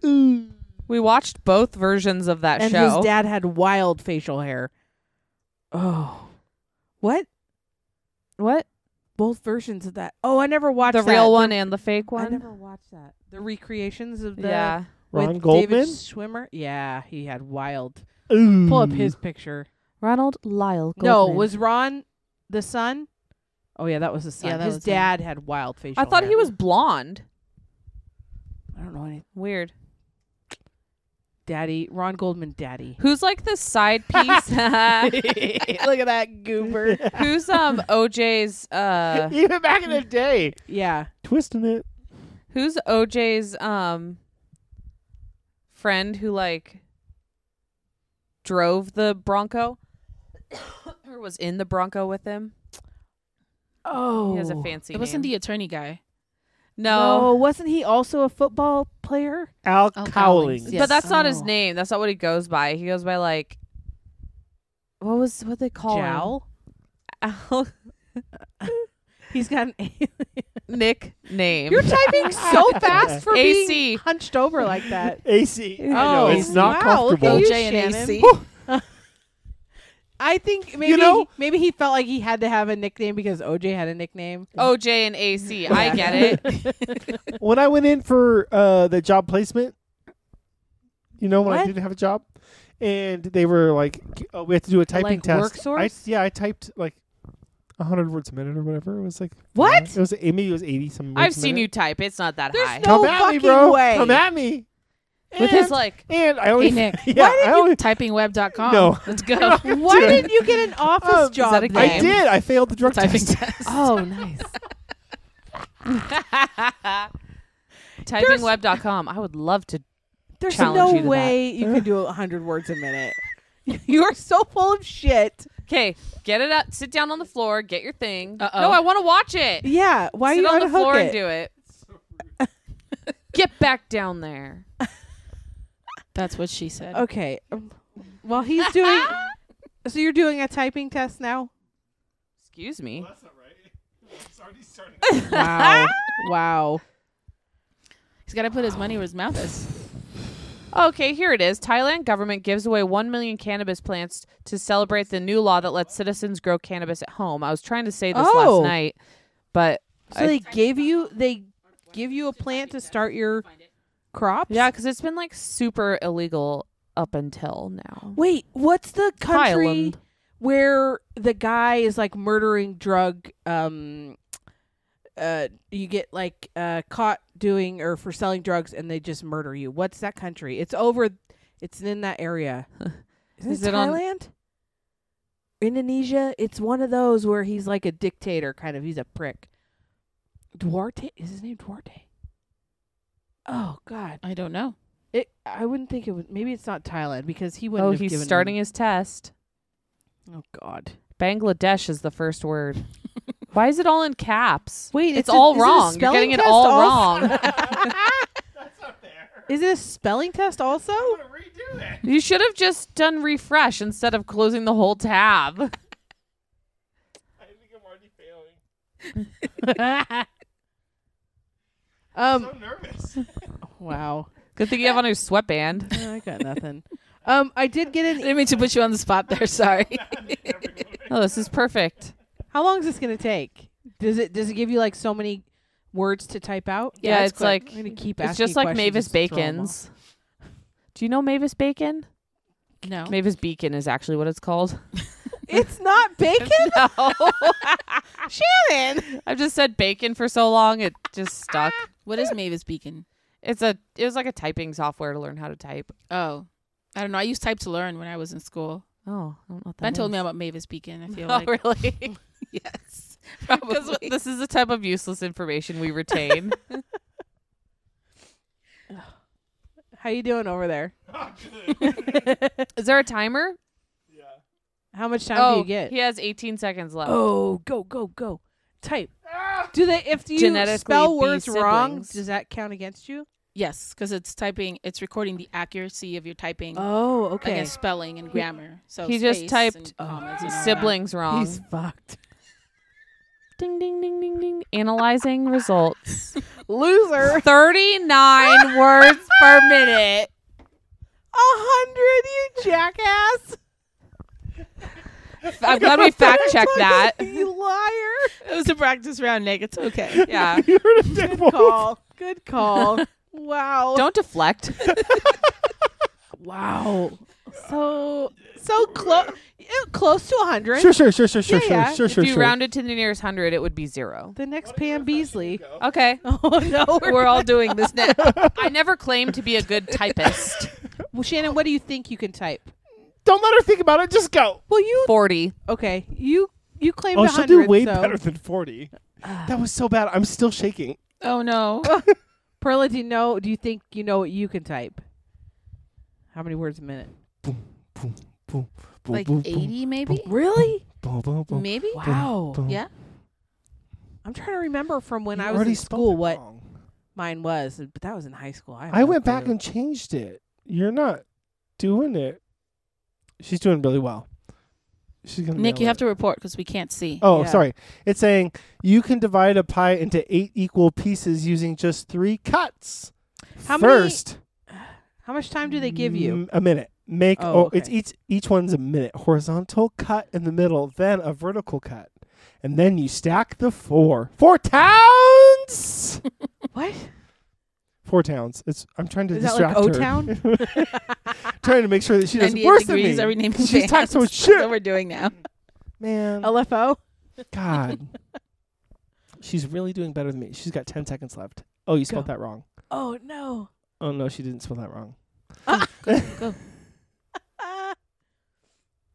We watched both versions of that
and
show.
his dad had wild facial hair. Oh, what?
what?
Both versions of that. Oh, I never watched
The
that.
real one and the fake
I
one.
never watched that. The recreations of the
yeah.
with
Ron
David
Goldman?
Schwimmer. Yeah, he had wild.
Ooh.
Pull up his picture.
Hmm. Ronald Lyle.
No,
Goldman.
was Ron the son? Oh yeah, that was his son.
Yeah, that
his
was him.
dad had wild facial.
I thought he
hair.
was blonde.
I don't know any
Weird.
daddy. Ron Goldman, daddy.
Who's like the side
<laughs>
piece? <laughs>
Look at
<laughs>
that goober.
Who's um OJ's uh
Even back in the day.
yeah.
Twisting it.
Who's OJ's um friend who like <coughs> drove the Bronco or was in the Bronco with him?
Oh,
He has a fancy.
It wasn't
name.
the attorney guy.
no,
No, Oh, wasn't he also a football player?
Al
Al
Cowling.
Cowlings,
but that's not
Oh.
his name. That's not what he goes by. He goes by like what was what they call
Jowl?
him? Al <laughs>
He's got an <laughs>
nickname.
You're
<laughs>
typing so fast for
AC.
being hunched over like that.
AC. I know,
Oh,
it's not
wow, look at
comfortable.
you,
OJ and
Shannon.
AC.
<laughs> I think maybe
know-
he, maybe he felt like he had to have a nickname because OJ had a nickname.
OJ and AC. I get
<laughs>
<laughs> it.
when I went in for uh, the job placement, you know, when I
What?
didn't have a job, and they were like, oh, we have to do a typing
Like
test.
work source?
I, yeah, I typed like 100 words a minute or whatever. It was like,
What?
It was, it maybe it was 80 some words
I've
a
seen you
minute.
type. It's not that
There's
high.
no
Come at me,
fucking
bro.
way.
Come at me.
With
and,
his like
and I only,
Nick,
<laughs> yeah, I
<laughs>
only,
Typingweb.com.
No.
Let's go.
<laughs> Why didn't you <laughs> get an office
Um, is
job?
that a
then?
I did. I failed the drug <laughs>
Typing
test.
<laughs>
test.
Oh, nice. Typingweb.com. I would love to.
<laughs> There's
Challenge
no
you to
way you can do a hundred words a minute. <laughs> you are so full of shit.
Okay, get it up. Sit down on the floor. Get your thing.
Uh-oh.
No, I want to watch it.
Yeah. Why
Sit
are you
on
on
the
to hook
floor
it?
and do it. <laughs> get back down there.
That's what she said.
Okay. um, Well, he's doing. so you're doing a typing test now?
Excuse me.
Wow. wow.
He's got to put his money where his mouth is.
Okay, here it is. Thailand government gives away 1 million cannabis plants to celebrate the new law that lets citizens grow cannabis at home. I was trying to say this
Oh.
last night, but
So they give you they give you a plant to start your crops.
yeah, because it's been like super illegal up until now.
Wait, what's the country
Thailand.
where the guy is like murdering drug? Um, uh, you get like uh caught doing or for selling drugs, and they just murder you. What's that country? It's over. It's in that
<laughs>
area. Isn't
Is
it
it on-
Thailand? Indonesia. It's one of those where he's like a dictator, kind of. He's a prick. Duarte is his name. Duarte. Oh God!
I don't know.
It. I wouldn't think it would. Maybe it's not Thailand because he wouldn't.
Oh,
have
he's
given
starting
him-
his test.
Oh God!
Bangladesh is the first
<laughs>
word. Why is it all in caps?
Wait,
it's
a-
all
is it a
wrong. You're
spelling
getting it
test
all
also?
wrong.
<laughs> Is it a spelling test also?
you should have just done refresh instead of closing the whole tab.
Um, <laughs> wow.
Good thing you have on your sweatband.
I got nothing. Um, I did get
I
an.
<laughs> didn't mean to put you on the spot there. Sorry.
Oh, this is perfect.
How long is this gonna take? Does it does it give you like so many words to type out?
Yeah,
that's
it's
quick.
I'm
like
gonna keep asking.
it's just like
questions
Mavis
just to throw 'em
Bacon's. Do you know Mavis Bacon?
<laughs> No.
Mavis Beacon is actually what it's
<laughs>
called.
off. <laughs>
<laughs>
It's not bacon.
No,
Oh. Shannon.
<laughs> I've just said bacon for so long it just stuck.
What is Mavis Beacon?
It's a it was like a typing software to learn how to type.
Oh, I don't know. I used Type to Learn when I was in school.
Oh, I don't know what that
Ben told
is.
me about Mavis
<laughs>
Beacon. I <laughs> feel
Oh,
like
really? <laughs>
yes,
Because
probably.
this is the type of useless information we retain.
How you doing over there?
<laughs> is there a timer?
How much time do
oh,
you get?
he has 18 seconds left.
Oh, go go go. Type. Do they if you
Genetically
spell
be
words wrong?
siblings.
Does that count against you?
Yes, because it's typing. It's recording the accuracy of your typing
Oh, okay.
against spelling and grammar. So
He just
space
typed
and commas and all that.
Siblings wrong.
He's fucked.
Ding ding ding ding ding. Analyzing <laughs> results. <laughs>
Loser.
39 words per minute.
A hundred, you jackass.
I'm glad <laughs> we fact checked that. <laughs>
you liar.
It was a practice round, Nick. It's <laughs> okay.
Yeah.
<laughs> You heard of Dick Wolf?
call. Good call. wow.
Don't deflect.
wow. So so close close to 100.
Sure, sure, sure, sure, sure,
Yeah, yeah.
sure, sure,
if you
sure.
rounded to the nearest hundred, it would be zero.
The next Pam Beasley.
Okay.
<laughs> Oh no.
<laughs> We're all doing this now. <laughs> I never claimed to be a good typist.
Well, Shannon, what do you think you can type?
Don't let her think about it. Just go.
Well, you
40.
Okay, you you claimed
Oh, she'll
100.
do way
so.
better than 40. That was so bad. I'm still shaking.
Oh no.
Perla, do you know do you think you know what you can type? How many words a minute?
like eighty, maybe.
Really?
Boom, boom, boom.
Maybe.
Wow.
boom.
Yeah.
I'm trying to remember from when
You
I was
already
in
spelled
school
it
what
wrong.
mine was, but that was in high school. I, have
I
no
went back
clue.
and changed it. You're not doing it. She's doing really well. She's gonna
Nick,
nail
you
it.
have to report because we can't see.
Oh,
Yeah.
sorry. It's saying you can divide a pie into eight equal pieces using just three cuts.
How many
First,
how much time do they give you?
m- a minute. Make
Oh,
oh, it's
okay.
each each one's a minute. Horizontal cut in the middle, then a vertical cut, and then you stack the four. Four towns.
<laughs> What?
four towns. It's I'm trying to
Is that like
distract
O-town?
her. <laughs> trying to make sure
<laughs>
that she doesn't
98
worse than
degrees
me.
every name
She's talking
<laughs>
so much
That's what
shit,
we're doing now.
man.
LFO?
God. <laughs> She's really doing better than me. She's got 10 seconds left. Oh, you spelled
Go.
that wrong.
Oh no.
Oh, no, she didn't spell that wrong.
Go, go.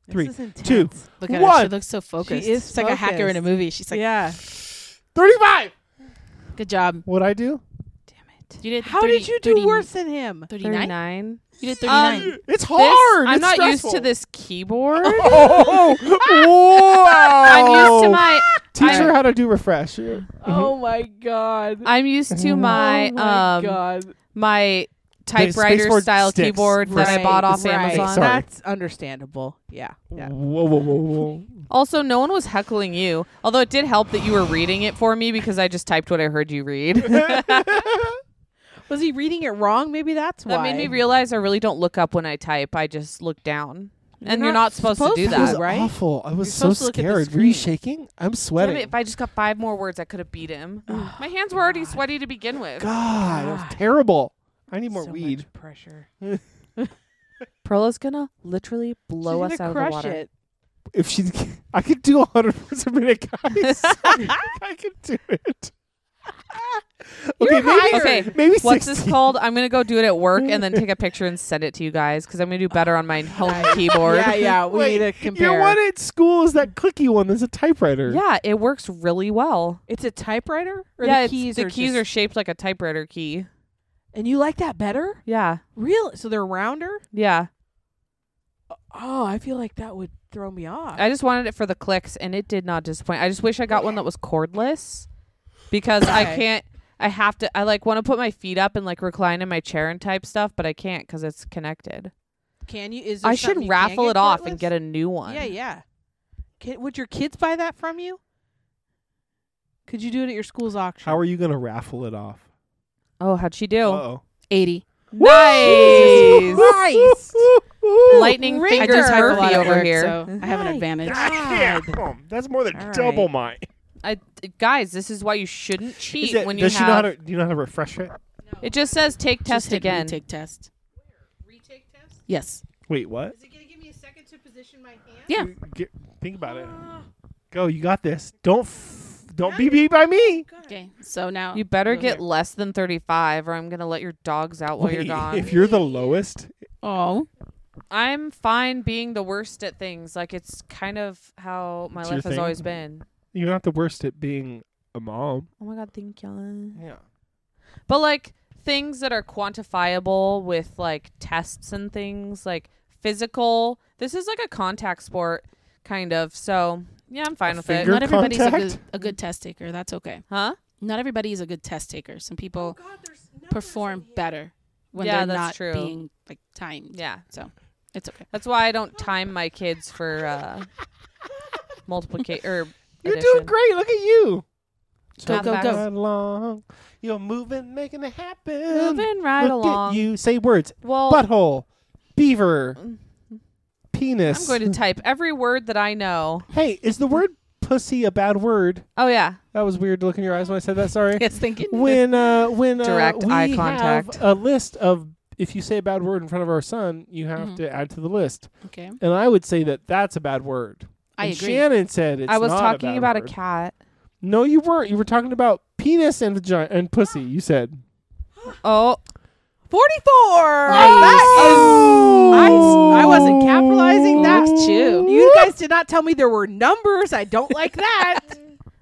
Three,
This is
two,
intense.
Look at her. She
One.
looks so focused.
is
It's like a hacker in a
focused.
movie. She's like,
yeah.
35!
good job.
What I do?
You did
How
30
did you do
30
worse than him?
39?
39.
You did 39.
It's
This-
hard.
I'm
It's
not used to
stressful.
<laughs> this
<laughs>
keyboard.
Oh, wow.
I'm used to my
Teach
I-
her how to do refresh. Mhm.
Oh my god.
I'm used to my
oh my
um
god.
my
space
typewriter
forward
style
sticks.
keyboard that I bought off
Right, right.
Amazon.
Sorry.
That's understandable. Yeah. Yeah.
Whoa, whoa, whoa, whoa.
Also, no one was heckling you, although it did help that you were reading it for me because I just typed what I heard you
<laughs>
read. that
Was he reading it wrong? Maybe that's why.
made me realize I really don't look up when I type. I just look down. And
You're
you're
not
not supposed,
supposed
to do
to.
That was
that.
right?
awful. I was
You're
so
supposed to look at the
scared. Were you
screen.
shaking? I'm
Damn
sweating.
it, if I just got five more words, I could have beat him. My hands were already sweaty to begin with.
God, that
God.
was terrible. I need more
so
weed.
Much pressure.
Perla's gonna literally blow
She's
us
gonna
out
crush
of the water.
it.
If she, I could do 100 <laughs> words a minute,
<laughs>
guys. I could do it. Okay, maybe,
Okay,
maybe
What's
60.
this called? I'm gonna go do it at work and then take
<laughs>
a picture and send it to you guys because I'm gonna do better on my home keyboard.
Yeah, yeah. We
Wait,
need to
Your
compare.
one at school is that clicky one that's a typewriter.
Yeah, it works really well.
it's a typewriter, or
yeah,
the
it's-
keys
the
are
keys
just-
are shaped like a typewriter key.
and you like that better?
Yeah,
Real? So they're rounder?
yeah.
Oh, I feel like that would throw me off.
I just wanted it for the clicks, and it did not disappoint. I just wish I got one that was cordless because I
Okay.
can't. I have to. I like want to put my feet up and like recline in my chair and type stuff, but I can't because it's connected.
can you? Is there
I should
something you can
raffle
get
it off
cordless?
and get a new one.
Yeah, yeah. Can, would your kids buy that from you? Could you do it at your school's auction?
How are you gonna raffle it off?
Oh, how'd she do?
Uh-oh.
80.
Nice.
Christ.
Lightning
Ringer.
I
finger
just typed a lot
Murphy
at
over
work,
here.
so I have an
Nice.
advantage.
<laughs> Damn, that's more than
All right.
double mine.
I, guys, this is why you shouldn't cheat
Is it-
when you
does
have.
she know how to? Do you know how to refresh it?
it just says take
Just
test
hit
again.
Retake test. Retake test? Yes.
Wait, what?
Is it going to give me a second to position my hand?
Yeah.
Get- think about it. Go, you got this. Don't f- don't be beat by me.
Okay. So now
You better
Go
get
here.
less than thirty-five, or I'm gonna let your dogs out while you're
Wait, <laughs>
gone.
If you're the lowest,
Oh.
I'm fine being the worst at things. Like it's kind of how my
It's your
life has
thing.
always been.
you're not the worst at being a mom.
Oh my god, thank you.
Yeah.
But like things that are quantifiable with like tests and things like physical. This is like a contact sport, kind of. So yeah, I'm fine with
finger-
it.
Not everybody's a good,
contact?
a good test taker. That's okay.
Huh?
Not everybody is a good test taker. Some people perform better when
Yeah,
they're
that's
not
true.
being like timed.
Yeah.
So it's okay.
That's why I don't time my kids for uh multiplication or
<laughs> You're
addition.
doing great. Look at you.
Go
Not
go
bad.
go.
Right along. You're moving, making it happen.
Moving right
Look
along.
At you say words.
Well,
Butthole, beaver,
Mm.
penis.
I'm going to type every word that I know.
Hey, is the word pussy a bad word?
Oh yeah.
That was weird to look in your eyes when I said that. Sorry.
It's thinking
when uh, when uh,
Direct
we
eye contact.
have a list of if you say a bad word in front of our son, you have
Mhm.
to add to the list.
Okay.
And I would say that that's a bad word.
I
and
agree.
Shannon said it's
I was
not
talking
a bad
about
word.
a cat.
No, you weren't. You were talking about penis and vagina and pussy. You said.
Oh,
44. Oh, I
I,
s- I wasn't capitalizing that.
Oh.
That's you.
You guys did not tell me there were numbers. I don't like that.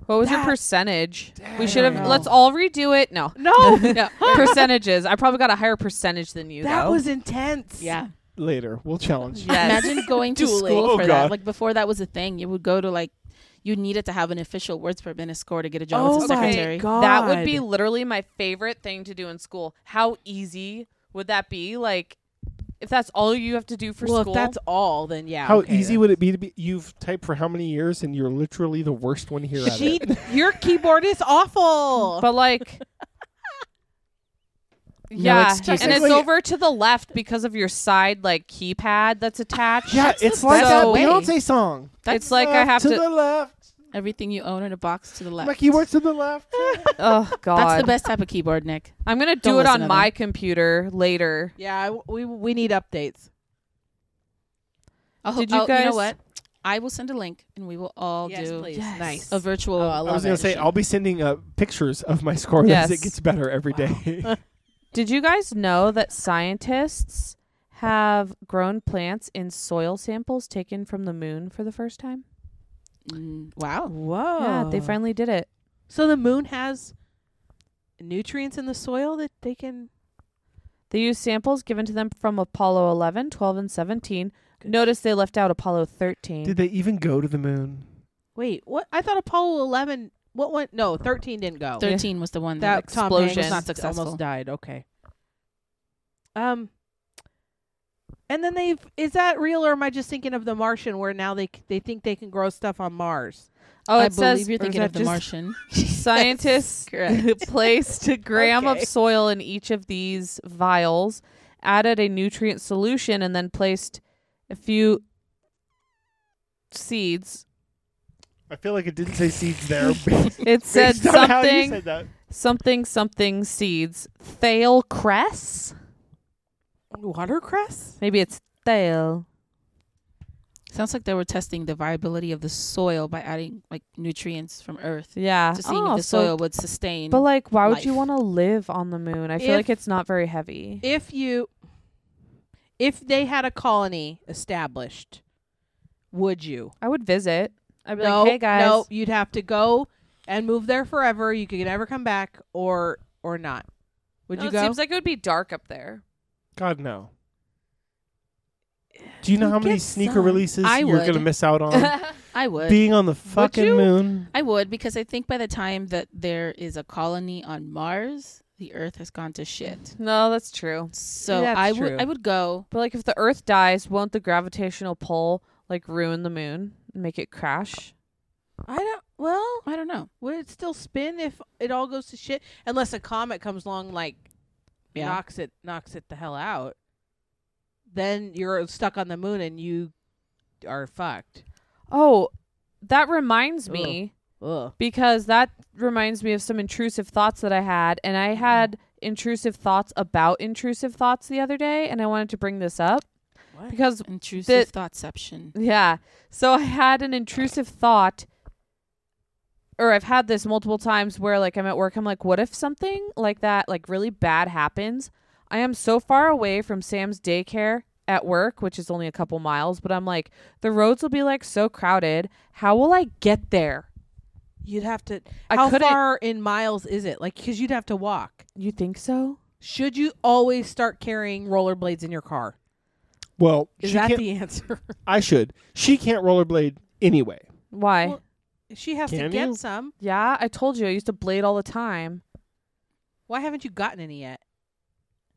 what was
That-
your percentage? We should
Damn.
have. Let's all redo it. No. <laughs>
no, <laughs>
No.
Percentages. I probably got a higher percentage than <laughs> you.
that
though.
was intense.
Yeah.
Later, we'll challenge.
Yes.
Imagine going to
Dueling.
school
Oh,
for
God.
that. Like before that was a thing, you would go to like you needed to have an official Wordsworth Bennett score to get a job as a
Oh my
secretary.
God.
That would be literally my favorite thing to do in school. How easy would that be? Like, if that's all you have to do for
well,
school,
if that's all, then yeah.
How
okay,
easy
then.
would it be to be? You've typed for how many years, and you're literally the worst one here at
She,
it. <laughs>
your keyboard is awful.
but like.
<laughs>
Yeah,
excuses.
and it's
Technically-
over to the left because of your side like keypad that's attached.
Yeah, it's
the
like that
best way.
Beyonce song.
That's
it's like I
Left
have
to,
to.
the left.
everything you own in a box to the left.
My keyboard's to the left.
<laughs> oh God,
<laughs> That's the best type of keyboard, Nick.
I'm gonna
Don't
do it
listen to
on my computer later.
yeah, I, we we need updates.
I'll,
Did you
I'll- You
guys-
know what? I will send a link, and we will all
yes,
do
please.
Yes.
Nice.
a virtual.
Oh, I love
I was
Okay.
gonna say I'll be sending uh, pictures of my score as
Yes.
it gets better every day.
Did you guys know that scientists have grown plants in soil samples taken from the moon for the first time?
Mm, wow.
Whoa.
Yeah,
Oh.
they finally did it.
So the moon has nutrients in the soil that they can.
They used samples given to them from Apollo 11, 12, and 17. Notice they left out Apollo 13.
Did they even go to the moon?
Wait, what? I thought Apollo 11. What one? No, 13 didn't go.
Thirteen was the one
that
that,
Tom
explosion.
Hanks
Was not
successful.
almost died. Okay. Um. And then they've is that real or am I just thinking of The Martian where now they c- they think they can grow stuff on Mars?
oh,
I
it
believe
says or
you're
is
thinking
that
of the
just-
Martian. <laughs>
<laughs> Scientists
correct.
placed a gram
Okay.
of soil in each of these vials, added a nutrient solution, and then placed a few seeds.
I feel like it didn't say seeds there.
<laughs> It said
Based on how you
something.
said that.
something something seeds. Thale cress?
Watercress?
Maybe it's thale.
Sounds like they were testing the viability of the soil by adding like nutrients from Earth
Yeah.
to seeing
Oh,
if the
so-
soil would sustain.
but like, why would you
life.
want to live on the moon? I feel
If-
like it's not very heavy.
If you if they had a colony established, would you?
I would visit. I'd be
no,
like, hey guys.
no, you'd have to go and move there forever. You could never come back or or not. Would
No,
you
it
go?
seems like it would be dark up there.
God no. Do you know
You
how many
get
sneaker
some.
releases
I
you're
would.
gonna miss out on
I would.
being on the fucking
you?
moon?
I would because I think by the time that there is a colony on Mars, the Earth has gone to shit.
<laughs> No, that's true.
So
That's
I would
true.
I would go.
But like, if the Earth dies, won't the gravitational pull like ruin the moon and make it crash?
I don't. Well,
I don't know.
Would it still spin if it all goes to shit? Unless a comet comes along, like
Yeah.
knocks it knocks it the hell out. Then you're stuck on the moon and you are fucked.
Oh, that reminds me.
Ugh.
because that reminds me of some intrusive thoughts that I had, and I had intrusive thoughts about intrusive thoughts the other day, and I wanted to bring this up
What?
because
Intrusive
The-
thoughtception.
yeah, so I had an intrusive thought, or I've had this multiple times where like I'm at work, I'm like, what if something like that, like really bad happens? I am so far away from Sam's daycare at work, which is only a couple miles, but I'm like, the roads will be like so crowded. How will I get there?
You'd have to.
I
how
couldn't-
far in miles is it? Like, because you'd have to walk.
You think so?
Should you always start carrying rollerblades in your car?
Well,
Is
she
that
can't-
the answer? <laughs>
I should. She can't rollerblade anyway.
Why?
Well, she has to
Can
get
you?
some.
Yeah, I told you I used to blade all the time
Why haven't you gotten any yet?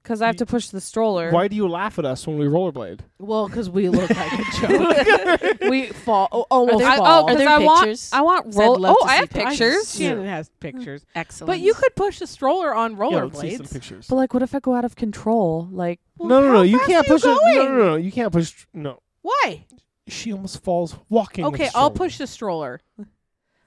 because I have
You-
to push the stroller.
Why do you laugh at us when we rollerblade? <laughs>
Well, because we look like <laughs> a joke. we fall. Oh, almost
I,
fall.
oh,
Are
because
there
I want,
pictures?
I want
Said
roll.
love
Oh,
to
I
see
have
pictures.
pictures.
Shannon has pictures.
Excellent.
But you could push the stroller on
Yeah, let's see some
rollerblades.
pictures.
But like, what if I go out of control? Like,
Well,
no, no,
how
no. You
fast
can't
are
push.
you
it. No, no,
going?
no, no. You can't push. No.
Why?
She almost falls walking. with
Okay,
the
I'll
stroller.
push the stroller.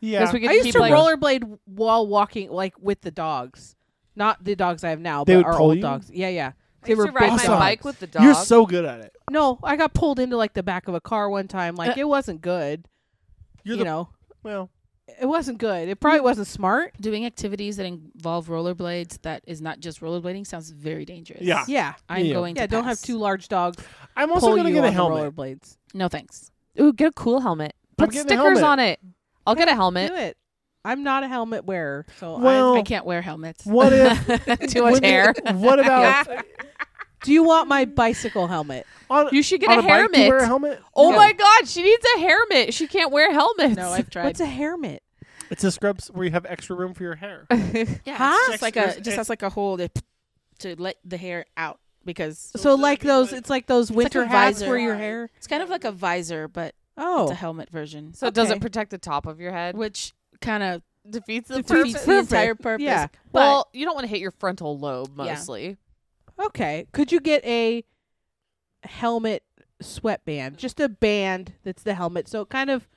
Yeah.
we could
I used
keep
to
like,
rollerblade while walking, like with the dogs, not the dogs I have now,
They
but
would
our
pull
old
you?
dogs. Yeah, yeah.
I used to ride my
awesome.
bike with the dog.
You're so good at it.
No, I got pulled into like the back of a car one time. Like it wasn't good.
Uh, You're
you
the
know,
well.
it wasn't good. It probably wasn't smart.
doing activities that involve rollerblades that is not just rollerblading sounds very dangerous.
Yeah.
Yeah,
I'm
Yeah.
going
yeah.
to
Don't have
pass.
two large dogs
I'm also
pull
gonna
you
get
on
a
the
helmet.
rollerblades.
No thanks.
Ooh, get a cool helmet.
I'm
Put
getting a
stickers
helmet.
on it. I'll get a <laughs>
Do
helmet.
it. I'm not a helmet wearer, so I-
Well,
<laughs>
I can't wear helmets.
what if?
Too much
when-
hair.
What about?
Do you want my bicycle helmet?
On,
<laughs> You should get
on
a
bike, do you wear a
helmet.
helmet?
Oh
No.
my god, she needs a hair mitt. She can't wear helmets. <laughs>
No, I've tried.
What's a hairmit?
It's a scrubs where you have extra room for your
<laughs>
hair.
yeah,
Huh?
it's just like a
Extras-
just has like a hole to, to let the hair out because
So, like those, it's like those winter
like a
hats
visor.
where your hair.
it's kind of like a visor, but it's a
Oh,
helmet version,
So it doesn't
Okay.
protect the top of your head,
which kind of
defeats the
defeats
purpose.
the entire purpose.
yeah.
but-
Well, you don't want to hit your frontal lobe
Yeah.
mostly.
Okay. Could you get a helmet sweatband? Just a band that's the helmet. So it kind of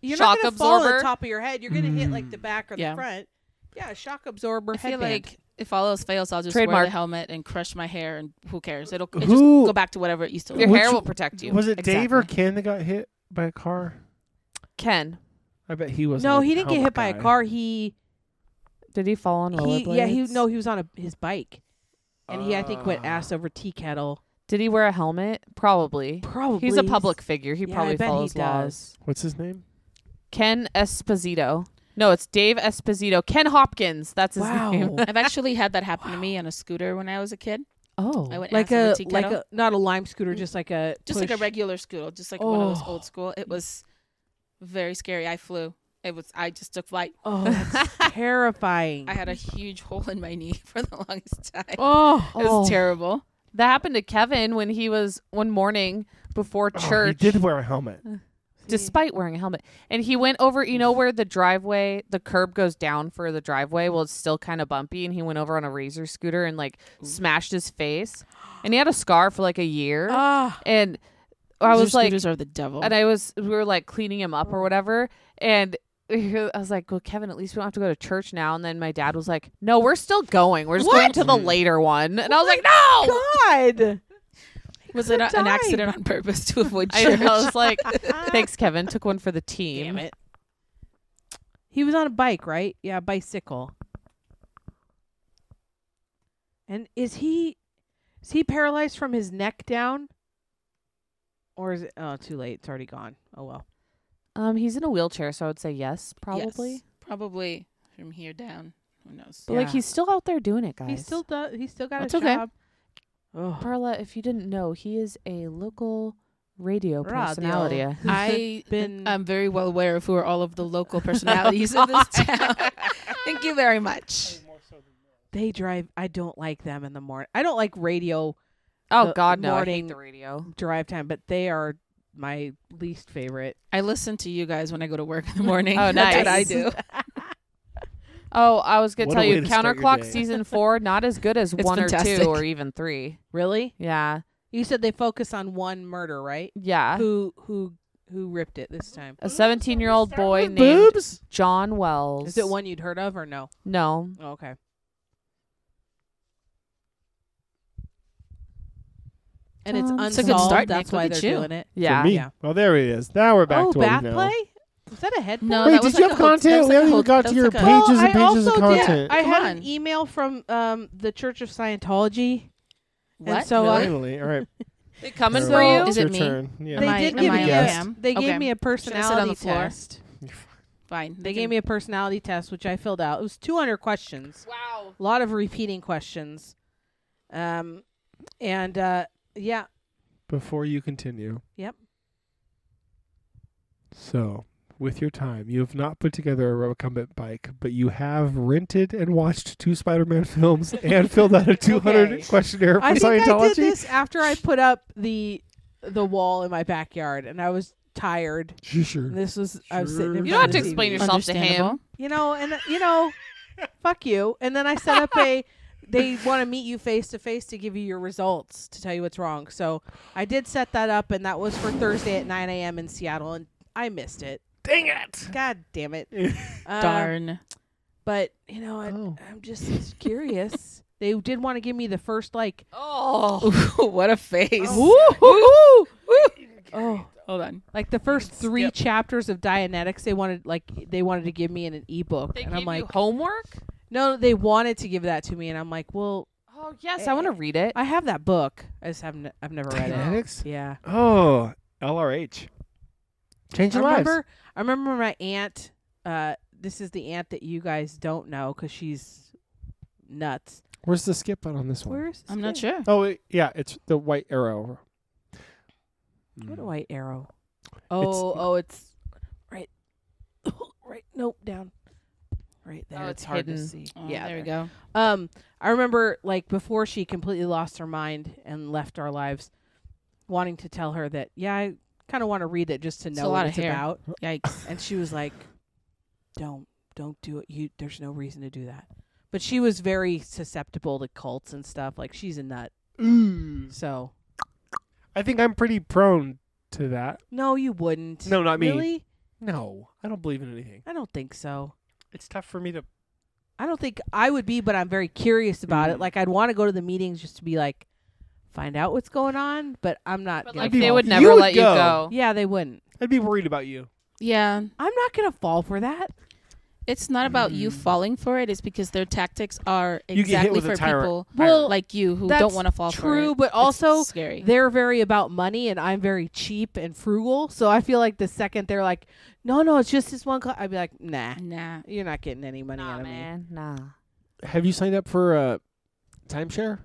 you're
Shock
not gonna fall on
absorber?
the top of your head. You're gonna hit like the back or
Yeah.
the front. Yeah, shock absorber
I feel
headband.
like if all else fails, I'll just wear
Trademark.
the helmet and crush my hair, and who cares? It'll it just
Who-
go back to whatever it used to.
Your
look
Which-
hair will protect you.
Was it Dave or Ken that got hit by a car?
Ken?
I bet he was.
no, he didn't get hit by a car. He,
Did he fall on
he yeah, he no, he was on a, his bike, and he I think went
Ah.
ass over tea kettle.
Did he wear a helmet? Probably.
Probably
He's a public figure. He
Yeah, I
probably
bet he
follows laws.
What's his name?
Ken Esposito. No, it's Dave Esposito. Ken Hopkins. That's his name. <laughs>
Wow,
I've actually had that happen to me on a scooter when I was a kid.
Oh.
I went
like
ass over
a
tea
like
kettle.
a not a lime scooter, just like a
Mm. just like a
push-
regular scooter, just like one of those
Oh.
old school. It was very scary. I flew. It was. I just took flight. <laughs>
Oh, that's terrifying.
I had a huge hole in my knee <laughs> for the longest time.
oh,
It was terrible.
That happened to Kevin when he was one morning before church,
Oh, he did wear a helmet.
Uh,
despite wearing a helmet. And he went over, you know, where the driveway, the curb goes down for the driveway. Well, it's still kind of bumpy. And he went over on a razor scooter and like smashed his face. And he had a scar for like a year.
ah,
and I was like,
scooters are the
Oh.
devil.
and I was we were like cleaning him up or whatever, and <laughs> I was like, well, Kevin, at least we don't have to go to church now. And then my dad was like, no, we're still going. We're just going to the Mm. later one. And I was like, no.
Oh <laughs> God.
<laughs> was it a, an
died.
accident on purpose to avoid
<laughs> I, <laughs>
church?
I was
<laughs>
like, thanks, Kevin. Took one for the team.
Damn it. He was on a bike, right? Yeah, bicycle. And is he is he paralyzed from his neck down? Or is it oh too late, it's already gone. Oh well.
Um, he's in a wheelchair, so I would say yes, probably.
Yes, probably from here down. Who knows?
But like,
Yeah.
he's still out there doing it, guys.
He still does he's still got
That's
a
okay.
job. Oh,
Perla. If you didn't know, he is a local radio
Radio.
personality.
I um,
been-
am very well aware of who are all of the <laughs> local personalities of <laughs> this town. Thank you very much.
they drive I don't like them in the morning. I don't like radio
Oh
The
God, no! I hate
morning-
the radio.
drive time, but they are my least
<laughs>
favorite.
I listen to you guys when I go to work in <laughs> the morning.
Oh,
That's what I
nice.
do.
Oh, I was gonna
What a
tell
way
you,
to start your
Counterclock
day.
season four not as good as
It's
one or
fantastic.
two or even three.
Really?
Yeah,
You said they focus on one murder, right?
yeah.
who who who ripped it this
Uh,
time?
A seventeen-year-old boy named
Boobs.
John Wells.
Is it one you'd heard of or no?
No.
Oh, okay. And it's
Um, It's
unsolved.
a good
start,
That's
Nick.
why
Look
they're
at you.
doing it.
Yeah.
For me.
Yeah.
Well, there it is. Now we're back
oh,
to what
back
we know.
play? Is that a head?
No,
Wait,
play?
that
did
was
you
like
have
a whole- that
content? We
was like a
haven't
whole-
even got to
that was
your
like a-
page.
Well,
pages and
I
pages of
also
content.
Did, I
Come
had
on.
an email from um, the Church of Scientology. And
What?
so uh, I-
Finally, all <laughs> right.
They coming
So-
for you?
It's
Is it
your
me?
turn. Yeah.
They
Am I-
did
am
give
I
me
a
a,
scam?
they gave
Okay.
me a
Should I sit on
personality
the floor?
test.
Fine.
They gave me a personality test, which I filled out. It was 200 questions.
Wow.
a lot of repeating questions um and uh yeah
<laughs> Before you continue.
Yep.
So, with your time, you have not put together a recumbent bike, but you have rented and watched two Spider-Man <laughs> films and filled <laughs> out a 200
Okay.
questionnaire for
i think
Scientology.
i did this after i put up the the wall in my backyard and i was tired
Sure, sure.
this was i was sitting in
You
front
don't have
of
to
the
explain
TV.
yourself to him.
you know and uh, you know fuck you and then i set up a they want to meet you face to face to give you your results to tell you what's wrong so i did set that up and that was for thursday at 9 a.m in seattle and i missed it
<laughs> Dang it!
god damn it Uh,
Darn.
but you know I,
Oh.
i'm just curious they did want to give me the first like
Oh.
what a face.
Ooh, oh
Hold on.
like the first three chapters of dianetics they wanted like they wanted to give me in an ebook
They
and
gave
i'm like
you homework.
no they wanted to give that to me and i'm like well
Oh yes, I want to read it.
i have that book i just haven't i've never read it
Genetics?
yeah
Oh, LRH. Changing
I
lives.
remember i remember my aunt uh this is the aunt that you guys don't know because she's nuts
Where's the skip button on this one?
Where's? the
I'm not
skip?
sure.
Oh, it- yeah, it's the white arrow.
What a
Mm.
white arrow.
Oh,
oh, it's right, <coughs> right. Nope, down. Right there.
it's
it's, hard to
hidden.
see.
Oh,
yeah,
there we go.
Um, I remember like before she completely lost her mind and left our lives, wanting to tell her that yeah, I kind of want to read it just to
It's
know
a lot
what
of
it's
hair.
about.
Yikes.
And she was like, "Don't, don't do it. You, there's no reason to do that." But she was very susceptible to cults and stuff. Like she's a nut. So
I think I'm pretty prone to that.
no, you wouldn't.
No, not me.
Really?
No, I don't believe in anything.
I don't think so.
It's tough for me to.
I don't think I would be, but I'm very curious about it.
Mm.
Like I'd want to go to the meetings just to be like, find out what's going on. But I'm not.
But
gonna
like
be
they
fall
would
for
You
never
would
let
go.
you go.
Yeah, they wouldn't.
I'd be worried about you.
Yeah.
I'm not gonna fall for that.
It's not about you falling for it. It's because their tactics are
You get hit
exactly
with
for
a tyrant.
people
Well,
like you who
that's
don't want to fall for it.
true, but
It's
also
scary.
They're very about money, and I'm very cheap and frugal. So I feel like the second they're like, "No, no, it's just this one," cl-, I'd be like, "Nah,
Nah.
you're not getting any money out of me."
Nah.
Have you signed up for a timeshare?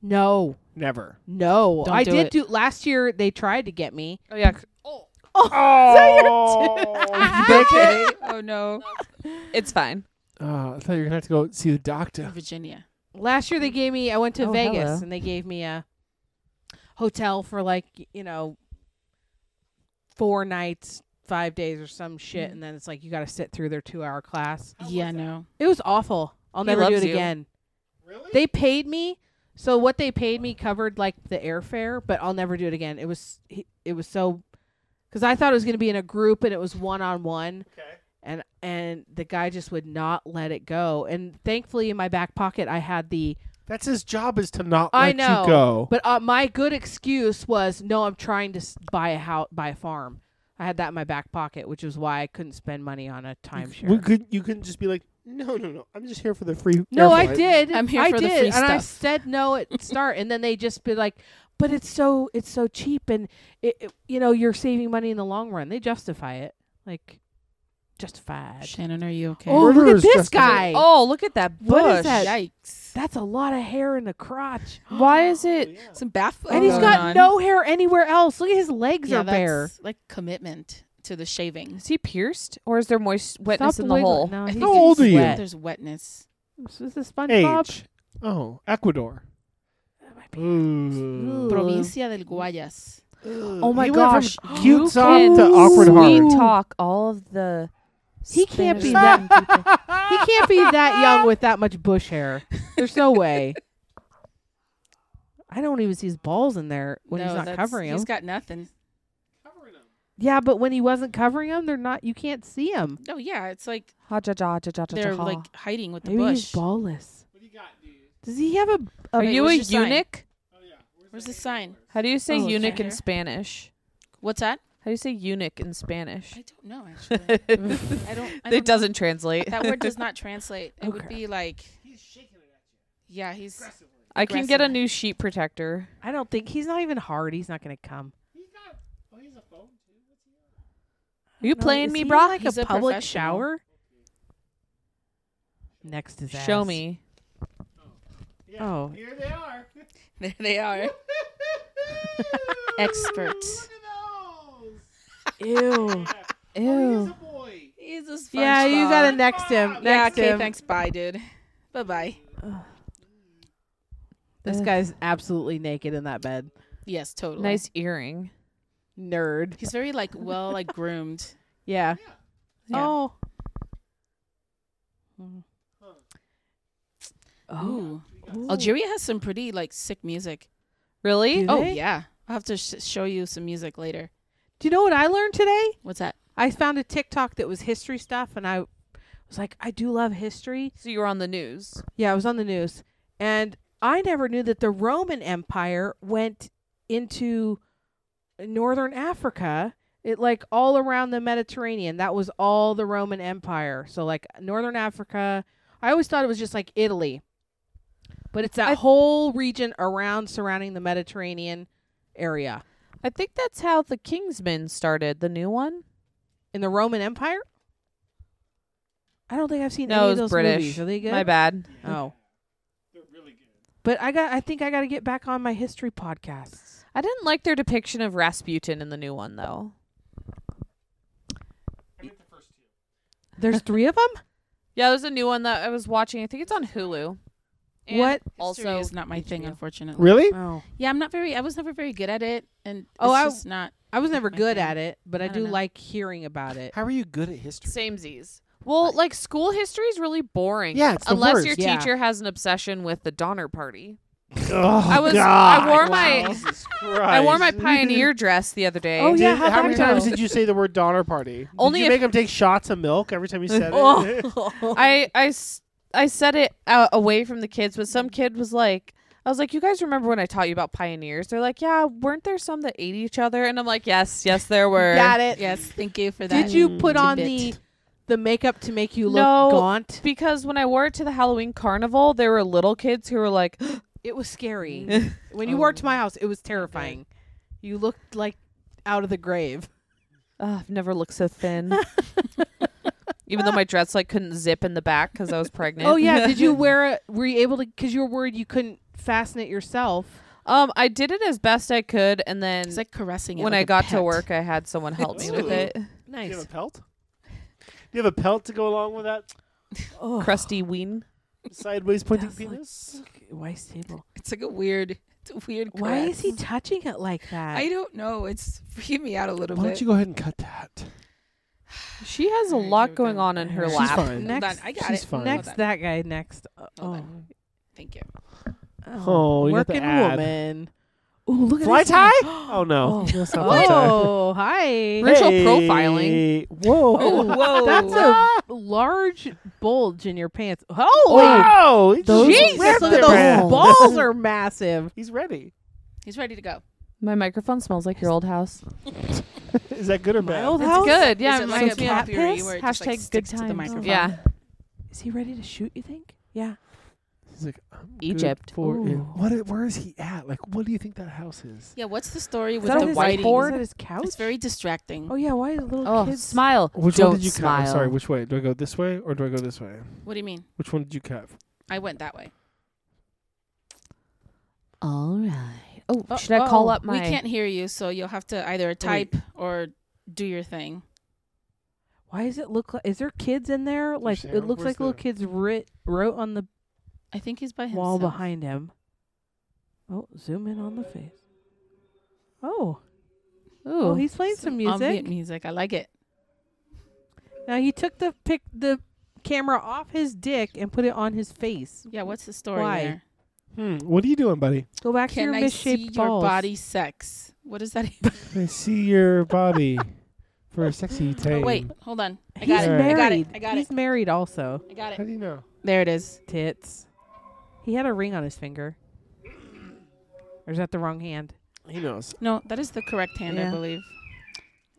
No,
Never.
no,
Don't
I
do
did
it.
do last year. They tried to get
<laughs>
me.
Oh yeah.
Oh! <laughs> okay.
oh no.
It's fine.
Uh, I thought you were gonna have to go see the doctor.
Virginia.
<laughs> Last year they gave me. I went to
Oh,
Vegas,
hello.
and they gave me a hotel for like y- you know four nights, five days, or some
Mm-hmm.
shit, and then it's like you got to sit through their two-hour class.
yeah, no.
It was awful. I'll
He
never do
loves
it
you.
again. Really? They paid me, so what they paid me covered like the airfare, but I'll never do it again. It was he- it was so because I thought it was going to be in a group and it was one on one. And and the guy just would not let it go. And thankfully, in my back pocket, I had the.
That's his job is to not
I
let
know,
you go.
But uh, my good excuse was no, I'm trying to s- buy a house, buy a farm. I had that in my back pocket, which is why I couldn't spend money on a timeshare.
We could you couldn't just be like, no, no, no. I'm just here for the free. air
No, I
flight."
did.
I'm here
I
for the
did,
free
and I
stuff.
said no at start, and then they just be like, "But it's so it's so cheap, and it, it- you know you're saving money in the long run." They justify it, like justified.
Shannon, are you okay?
Oh, look
Murder
at
is
this
justified.
guy! Oh,
Oh, look at that bush.
What is that? <gasps>
Yikes.
that's a lot of hair in the crotch,
Why is it?
Some baffling.
and he's got no hair anywhere else. Look at his legs
yeah,
are bare.
that's like commitment to the shavings.
Is he pierced or is there moist wetness
Stop
in the
wiggling.
hole?
No,
I
he's
think
old are you?
wet.
There's wetness.
Is this a SpongeBob?
Age. Oh, Ecuador.
That might be-
Ooh.
Provincia del Guayas.
Oh my
he
gosh.
Went from cute
can
soft to awkward
sweet
hard.
talk all of the
He can't be
Spanish-speaking people.
He can't be that young with that much bush hair. There's no
<laughs>
way. I don't even see his balls in there when
No,
he's not
that's-
covering them.
He's got nothing.
yeah, but when he wasn't covering them, they're not. You can't see them.
No, Oh, yeah, it's like
<laughs> Ha ja ja ja ja ja,
they're
ja.
like hiding with the
Maybe
bush.
he's ballless. Does he have a? a
Are you a
where's your sign?
eunuch?
Where's the sign?
How do you say
Oh,
eunuch
okay.
in Spanish?
What's that?
How do you say eunuch in Spanish?
I don't know actually.
<laughs>
<laughs>
it
I don't. I don't
doesn't translate.
<laughs> That word does <laughs> not translate. It would
Okay.
be like. He's shaking it at you. Yeah, he's.
<laughs> I can get a
aggressive.
new sheet protector.
I don't think he's not even hard. He's not gonna come.
Are you
No,
playing
is
me,
he
brah?
Like
He's
a
a
public
professional.
shower. Next is
Show me.
Oh,
<laughs> There they are. Experts.
ew.
Ew.
He's a
yeah, you gotta next him. Next
Yeah. Okay.
him.
Thanks. Bye, dude. Bye, bye.
This
Ugh.
guy's absolutely naked in that bed.
Yes, totally.
Nice earring.
Nerd.
He's very like well like groomed.
Yeah.
Yeah.
Oh.
Ooh. Algeria has some pretty like sick music.
Really?
Do
Oh
they?
yeah, I'll have to sh- show you some music later.
Do you know what I learned today?
What's that?
I found a TikTok that was history stuff, and I was like, I do love history.
So you were on the news.
Yeah, it was on the news, and I never knew that the Roman Empire went into northern Africa. It like all around the Mediterranean. That was all the Roman Empire. So like northern Africa. I always thought it was just like Italy, but it's that
I-
whole region around surrounding the Mediterranean area
I think that's how the Kingsmen started, the new one.
in the Roman Empire. I don't think I've seen
No, it
any of
was
those
British.
movies. Are they good?
My bad.
Oh. But I got I think I got to get back on my history podcasts.
I didn't like their depiction of Rasputin in the new one though.
There's three of them?
Yeah, there's a new one that I was watching. I think it's on Hulu. And
What?
also
Also,
is not my thing,
HBO.
unfortunately.
Really?
Oh.
Yeah, I'm not very. I was never very good at it, and
Oh,
it's
I-
just not.
I was never
My
good
thing.
at it, but I,
I don't
do
know.
like hearing about it.
How are you good at history?
Samesies. Well, like school history is really boring.
Yeah, it's the
unless
worst.
your
Yeah.
teacher has an obsession with the Donner Party.
Oh,
I was I wore my
Jesus
I wore my
Christ.
<laughs>
pioneer dress the other day.
Oh,
Did-
yeah,
how,
how'd that
many
go?
times did you say the word Donner Party?
Only
did you
if- Oh,
make him take shots of milk every
<laughs>
time <laughs> you said it.
I I s- I said it uh, away from the kids, but some kid was like, I was like, you guys remember when I taught you about pioneers? They're like, yeah, weren't there some that ate each other? And I'm like, yes, yes, there
<laughs>
were.
it.
Yes, thank you for that.
Did you put on the
tidbit.
the makeup to make you look
No.
gaunt?
Because when I wore it to the Halloween carnival, there were little kids who were like,
It was scary. <laughs> when you wore it to my house, it was terrifying. You looked like out of the <laughs> grave.
oh, I've never looked so
<laughs>
thin. Even though my dress like couldn't zip in the back because I was pregnant. <laughs>
Oh yeah, did you <laughs> wear it? Were you able to? Because you were worried you couldn't fasten it yourself.
um, I did it as best I could, and then
It's like caressing it.
when
like
I
a
got to
pet.
work, I had someone help me with
Ooh.
it.
Do you have
Nice.
a pelt? Do you have a pelt to go along with that
Oh,
<sighs> Crusty ween.
sideways pointing
That's like-
penis?
wife's table.
it's like a weird, it's a weird.
Why is he
caress.
touching it like that?
I don't know. It's freaking me out a little
Why
bit.
don't you go ahead and cut that?
She has a
Alright, here
lot
we
going
go.
on in her
She's
lap.
fine.
Next,
Hold on, I got
She's
it.
fine.
next
Hold on.
that guy. Next. Uh,
Hold
oh,
on. Thank you.
Oh, you got the
working
ad.
woman. Ooh, look at
Fly
this
tie?
guy.
Oh no. That's not fly tie.
Oh, hi.
Racial profiling.
Hey. Whoa.
Oh, whoa.
That's a large bulge in your pants. Holy
Whoa. He just
oh, Jesus,
ripped
look
it,
at
man.
those balls are massive.
<laughs>
He's ready.
He's ready to go.
My microphone smells like your old house.
Is that good or
My
bad?
old
It's
house?
good. Yeah,
is it
it
like
reminds
a
me of
pop
cat
theory
piss?
where it just, like,
Hashtag good
sticks to the
times.
microphone?
Yeah.
Is he ready to shoot, you think? Yeah.
He's like, I'm good
Egypt.
for
Ooh.
you. What? i- Where is he at? Like, what do you think that house is?
Yeah. What's the story
Is
with
that
the
his
whiting?
Is that his couch?
It's very distracting.
oh, yeah. Why is little
Oh,
kids?
smile.
Which
Don't
one did you
smile.
cut? I'm sorry. Which way? Do I go this way or do I go this way?
What do you mean?
Which one did you cut?
I went that way.
All right. Oh,
Oh,
should I call
oh,
up my?
We can't hear you, so you'll have to either type or do your thing.
Why does it look like? Is there kids in there? Like
Sam,
it looks
where's
like little
the-
kids writ, wrote on the
I think he's by himself.
wall behind him. Oh, zoom in on the face. Oh,
Ooh.
oh, he's playing some music.
Ambient music. I like it.
Now he took the pick the camera off his dick and put it on his face.
Yeah. What's the story
Why?
there?
Hmm. What are you doing, buddy?
Go back to
Can
your
I see
misshaped
your
balls.
body sex? What is that? Even?
I see your body for a sexy
Oh,
time.
wait. Hold on. I
He's
got it.
married.
I got it. I got
He's
it.
married also.
I got
How
it.
do you know?
There it is.
Tits. He had a ring on his finger. Or is that the wrong hand?
He knows.
No, that is the correct hand,
Yeah.
I believe.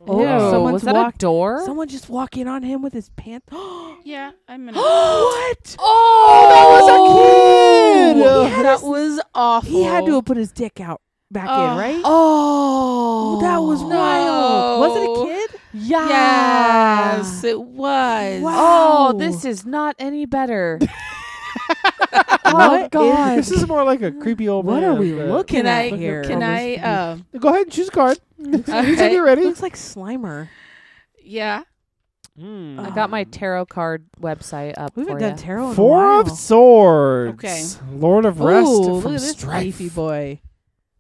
Oh,
Ew. Someone's
was that
walked-
a door?
Someone just walk in on him with his <gasps> pants.
<gasps>
oh,
Yeah, I'm in.
<gasps>
Oh!
what?
oh,
that was a kid!
He had,
that
his-
was awful.
he had to have put his dick out back in,
Oh.
right?
Oh,
that was wild. Was it a kid?
Yeah.
Yes, it was.
Wow.
Oh, this is not any better.
What
oh
is-
God.
This is more like a creepy old
<laughs> What
man.
are we
but-
looking
Can
at
I?
here?
Can I? Uh,
Go ahead and choose a
<laughs>
card.
<laughs>
Anytime
okay.
you're
It
ready.
looks like Slimer.
Yeah. Hmm.
I got <laughs> my tarot card website up.
We haven't
for
done
ya.
tarot in a
Four
while.
of Swords.
Okay.
Lord of Rest
Ooh,
from
look at this
Strife.
beefy boy.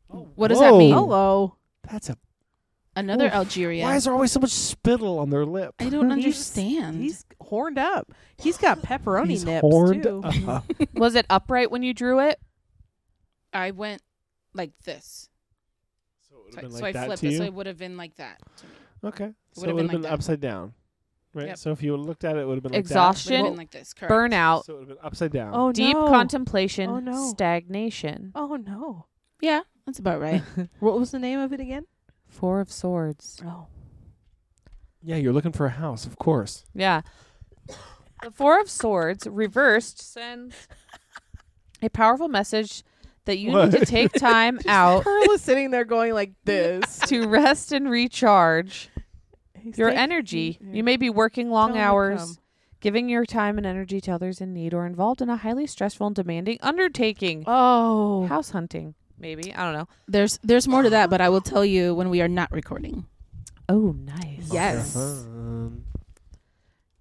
What does that
Whoa.
mean?
Hmm.
Oh,
Hello.
That's a.
Another
Oof.
Algeria.
Why is there always so much spittle on their lip?
I
He's-
don't
Hmm.
understand.
He's horned up. He's got pepperoni
He's
nips
horned
too.
up. <laughs>
<laughs>
Was it upright when you drew it?
I went like this, so,
been
so
like
I
that
flipped
to
it.
you?
So it would have been like that. To me.
Okay. So it would have
would've been like
been,
that.
upside down, right?
Yep.
So if you would have looked at it, it would have been like
It would have
Exhaustion,
been like this. Correct.
burnout,
that. So it would have been upside down.
Oh
deep
no.
contemplation,
Oh, no.
stagnation.
Oh no.
Yeah, that's
<laughs>
about right.
What was the name of it again?
Four of swords.
<laughs> Oh.
Yeah, you're looking for a house, of course.
Yeah. The Four of Swords reversed sends a powerful message that you need to take time out
Pearl is sitting there going like this.
to rest and recharge <laughs>
He's
your
taking-
energy.
Yeah.
You may be working
Tell
long
him to
hours,
come.
giving your time and energy to others in need or involved in a highly stressful and demanding undertaking.
Oh.
House hunting, maybe. I don't know.
There's there's more to that, but I will tell you when we are not recording.
Oh, nice.
Yes.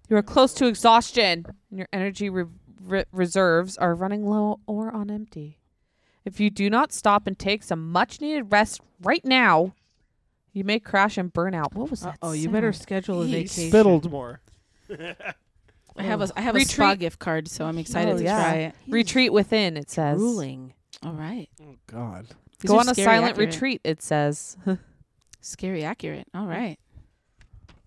You are close to exhaustion, and your energy re- re- reserves are running low or on empty. If you do not stop and take some much needed rest right now, you may crash and burn out. What was that?
Oh, you better
sound?
schedule a
He
vacation.
Spittled more.
I have a I have a spa
Retreat.
gift card, so I'm excited
Oh,
to
yeah.
try it.
retreat within, it says.
Ruling.
All right.
God.
These
Go
are
on a
scary
silent
accurate.
retreat, it says. <laughs>
Scary accurate. All right.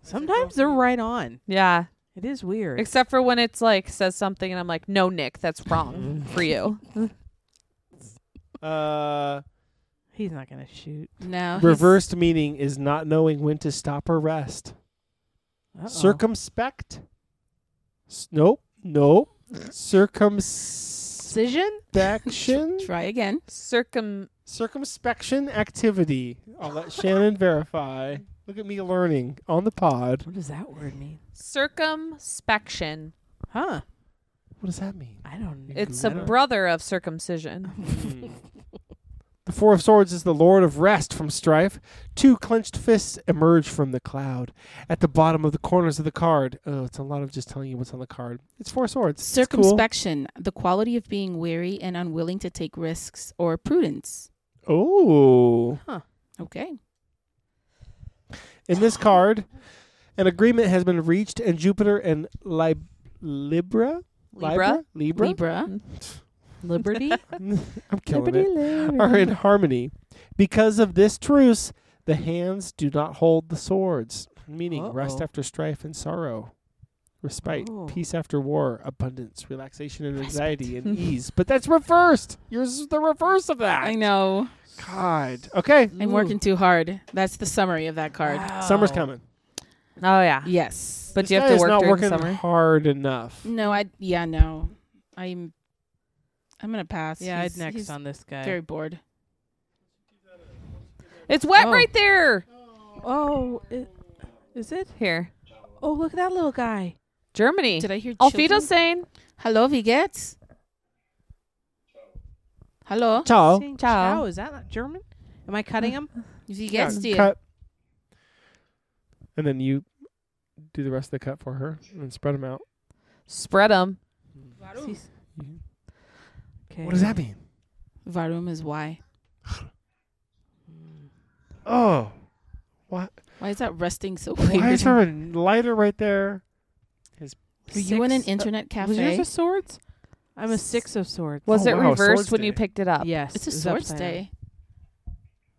Sometimes they're right on.
yeah.
It is weird.
Except for when it's like says something and I'm like, no, Nick, that's wrong for you.
Uh,
He's not gonna shoot.
No.
reversed meaning is not knowing when to stop or rest.
Uh-oh.
Circumspect. S- nope. Nope. Circumspection.
Decision?
Try again.
Circum
Circumspection activity. I'll let Shannon verify. Look at me learning on the pod.
What does that word mean?
circumspection.
Huh?
What does that mean?
I don't. know.
It's a brother of circumcision.
Hmm. The Four of Swords is the Lord of Rest from strife. Two clenched fists emerge from the cloud at the bottom of the corners of the card. Oh, it's a lot of just telling you what's on the card. It's Four of Swords. It's cool.
Circumspection, the quality of being wary and unwilling to take risks or prudence.
Oh.
Okay.
In this card, an agreement has been reached, and Jupiter and Lib- Libra?
Libra?
Libra?
Libra.
Liberty?
I'm killing it. Are in harmony. Because of this truce, the hands do not hold the swords, meaning rest
Uh-oh.
after strife and sorrow, respite,
Oh.
peace after war, abundance, relaxation and anxiety,
<laughs>
and ease. But that's reversed. Yours is the reverse of that.
I know.
God. Okay.
I'm working too hard. That's the summary of that card.
Ah.
Summer's coming.
Oh yeah.
Yes.
But
This
do you
guy
have to
is
work
not
during
working
the
<laughs>
summer.
hard enough.
No, I yeah, no. I'm I'm gonna pass.
Yeah, I'd
He's-
next
he's
on this guy.
Very bored.
It's wet
Oh.
right there.
oh, it, is it?
Here.
Oh, look at that little guy.
Germany.
Did I hear
Auf
children?
Wiedersehen.
Hello, wie geht's? Hello,
Ciao.
Saying
Ciao.
Is that not German? Am I cutting <laughs> him?
wie geht's dir?
Cut. And then you do the rest of the cut for her and spread them out.
Spread 'em.
He's-
Mhm.
Okay.
What does that mean?
Warum is why?
Oh. What?
Why is that resting so
Why
weird?
is there a lighter right there?
Were you in an
Six-
internet
Was yours
cafe?
a swords? I'm a six of swords.
Was
Oh,
it
wow,
reversed
Swords
when you
Day.
picked it up?
Yes.
It's a
it was
swords
upside down.
day.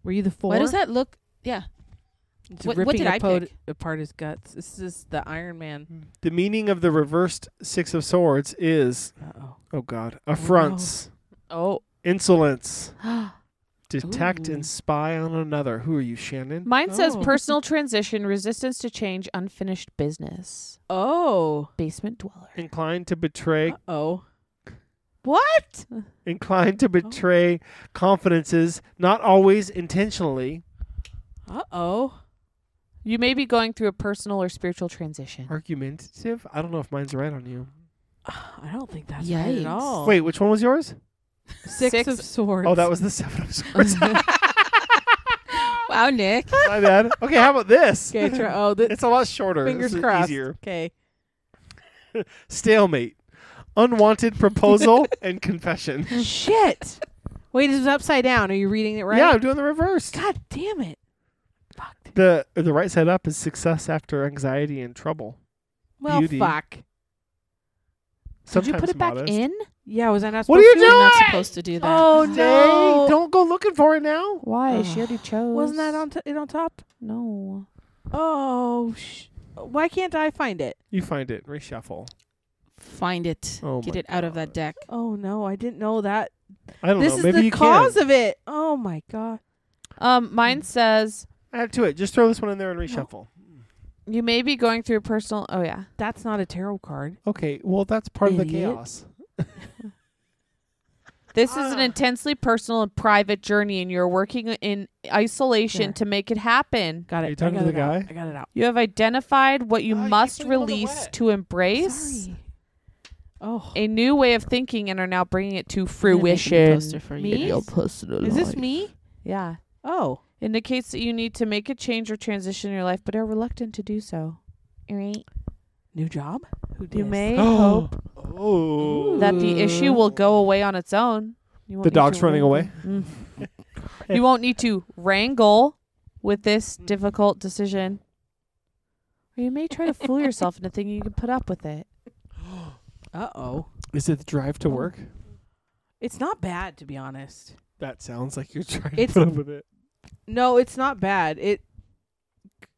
Were you the four?
Why does that look? Yeah,
It's
What- what
ripping
did I
apart,
pick?
apart his guts. This is the Iron Man.
The meaning of the reversed Six of Swords is,
Uh-oh.
oh God, affronts,
Oh.
<gasps> insolence, detect and spy on another. Who are you, Shannon?
Mine says
Oh.
personal transition, resistance to change, unfinished business,
Oh.
basement dweller.
Inclined to betray,
Oh.
What?
inclined to betray confidences, not always intentionally.
Uh-oh.
You may be going through a personal or spiritual transition.
Argumentative. I don't know if mine's right on you.
I don't think that's right
Yikes.
at all.
Wait, which one was yours?
six,
Six-
of swords.
Oh, that was the Seven of Swords. <laughs>
Wow, Nick.
My bad. Okay, how about this?
Okay,
<laughs>
try, oh, the,
It's a lot shorter.
fingers
This is
crossed.
Easier.
<laughs> Okay.
Stalemate. Unwanted proposal and confession.
Shit. Wait, it's upside down. Are you reading it right?
Yeah, I'm doing the reverse.
God damn it. Fucked.
The the right side up is success after anxiety and trouble.
Well,
Beauty.
fuck.
Did you
Sometimes
put it back
modest.
in?
Yeah, was I not
What
supposed
are you
to?
You're not
doing?
supposed to do that.
Oh,
Dang,
no.
don't go looking for it now.
Why?
Ugh.
She already chose.
Wasn't that on t- it on top?
No.
Oh, sh- why can't I find it?
You find it. Reshuffle.
Find it.
Oh
Get
my
it out of that deck.
Oh no, I didn't know that.
I don't
This
know.
is
Maybe
the
you
cause
can.
of it. Oh my god.
Um, mine says
Add to it. Just throw this one in there and reshuffle.
you may be going through a personal. Oh yeah.
That's not a tarot card.
Okay. Well, that's part of the
Idiot.
chaos.
This is an intensely personal and private journey, and you're working in isolation
There.
to make it happen.
Got it.
you talking
I got
to
it
the
out.
guy?
I got it out.
You have identified what you
Oh, you keep
must
putting it on the
release
wet.
to embrace
Sorry. Oh,
a new way of thinking and are now bringing it to
I'm gonna make a
fruition.
Poster for
Me?
you.
Your is this me?
Yeah.
Oh,
Indicates that you need to make a change or transition in your life, but are reluctant to do so. Right.
new job. Who
You
did?
may
<gasps>
Oh.
hope that the issue will go away on its own. You won't
The
need
dog's
to
running away.
You won't need to wrangle with this difficult decision. Or you may try to fool yourself into thinking you can put up with it.
Uh oh.
Is it the drive to work?
It's not bad to be honest.
That sounds like you're <laughs> trying
It's-
to put up with it.
No, it's not bad. It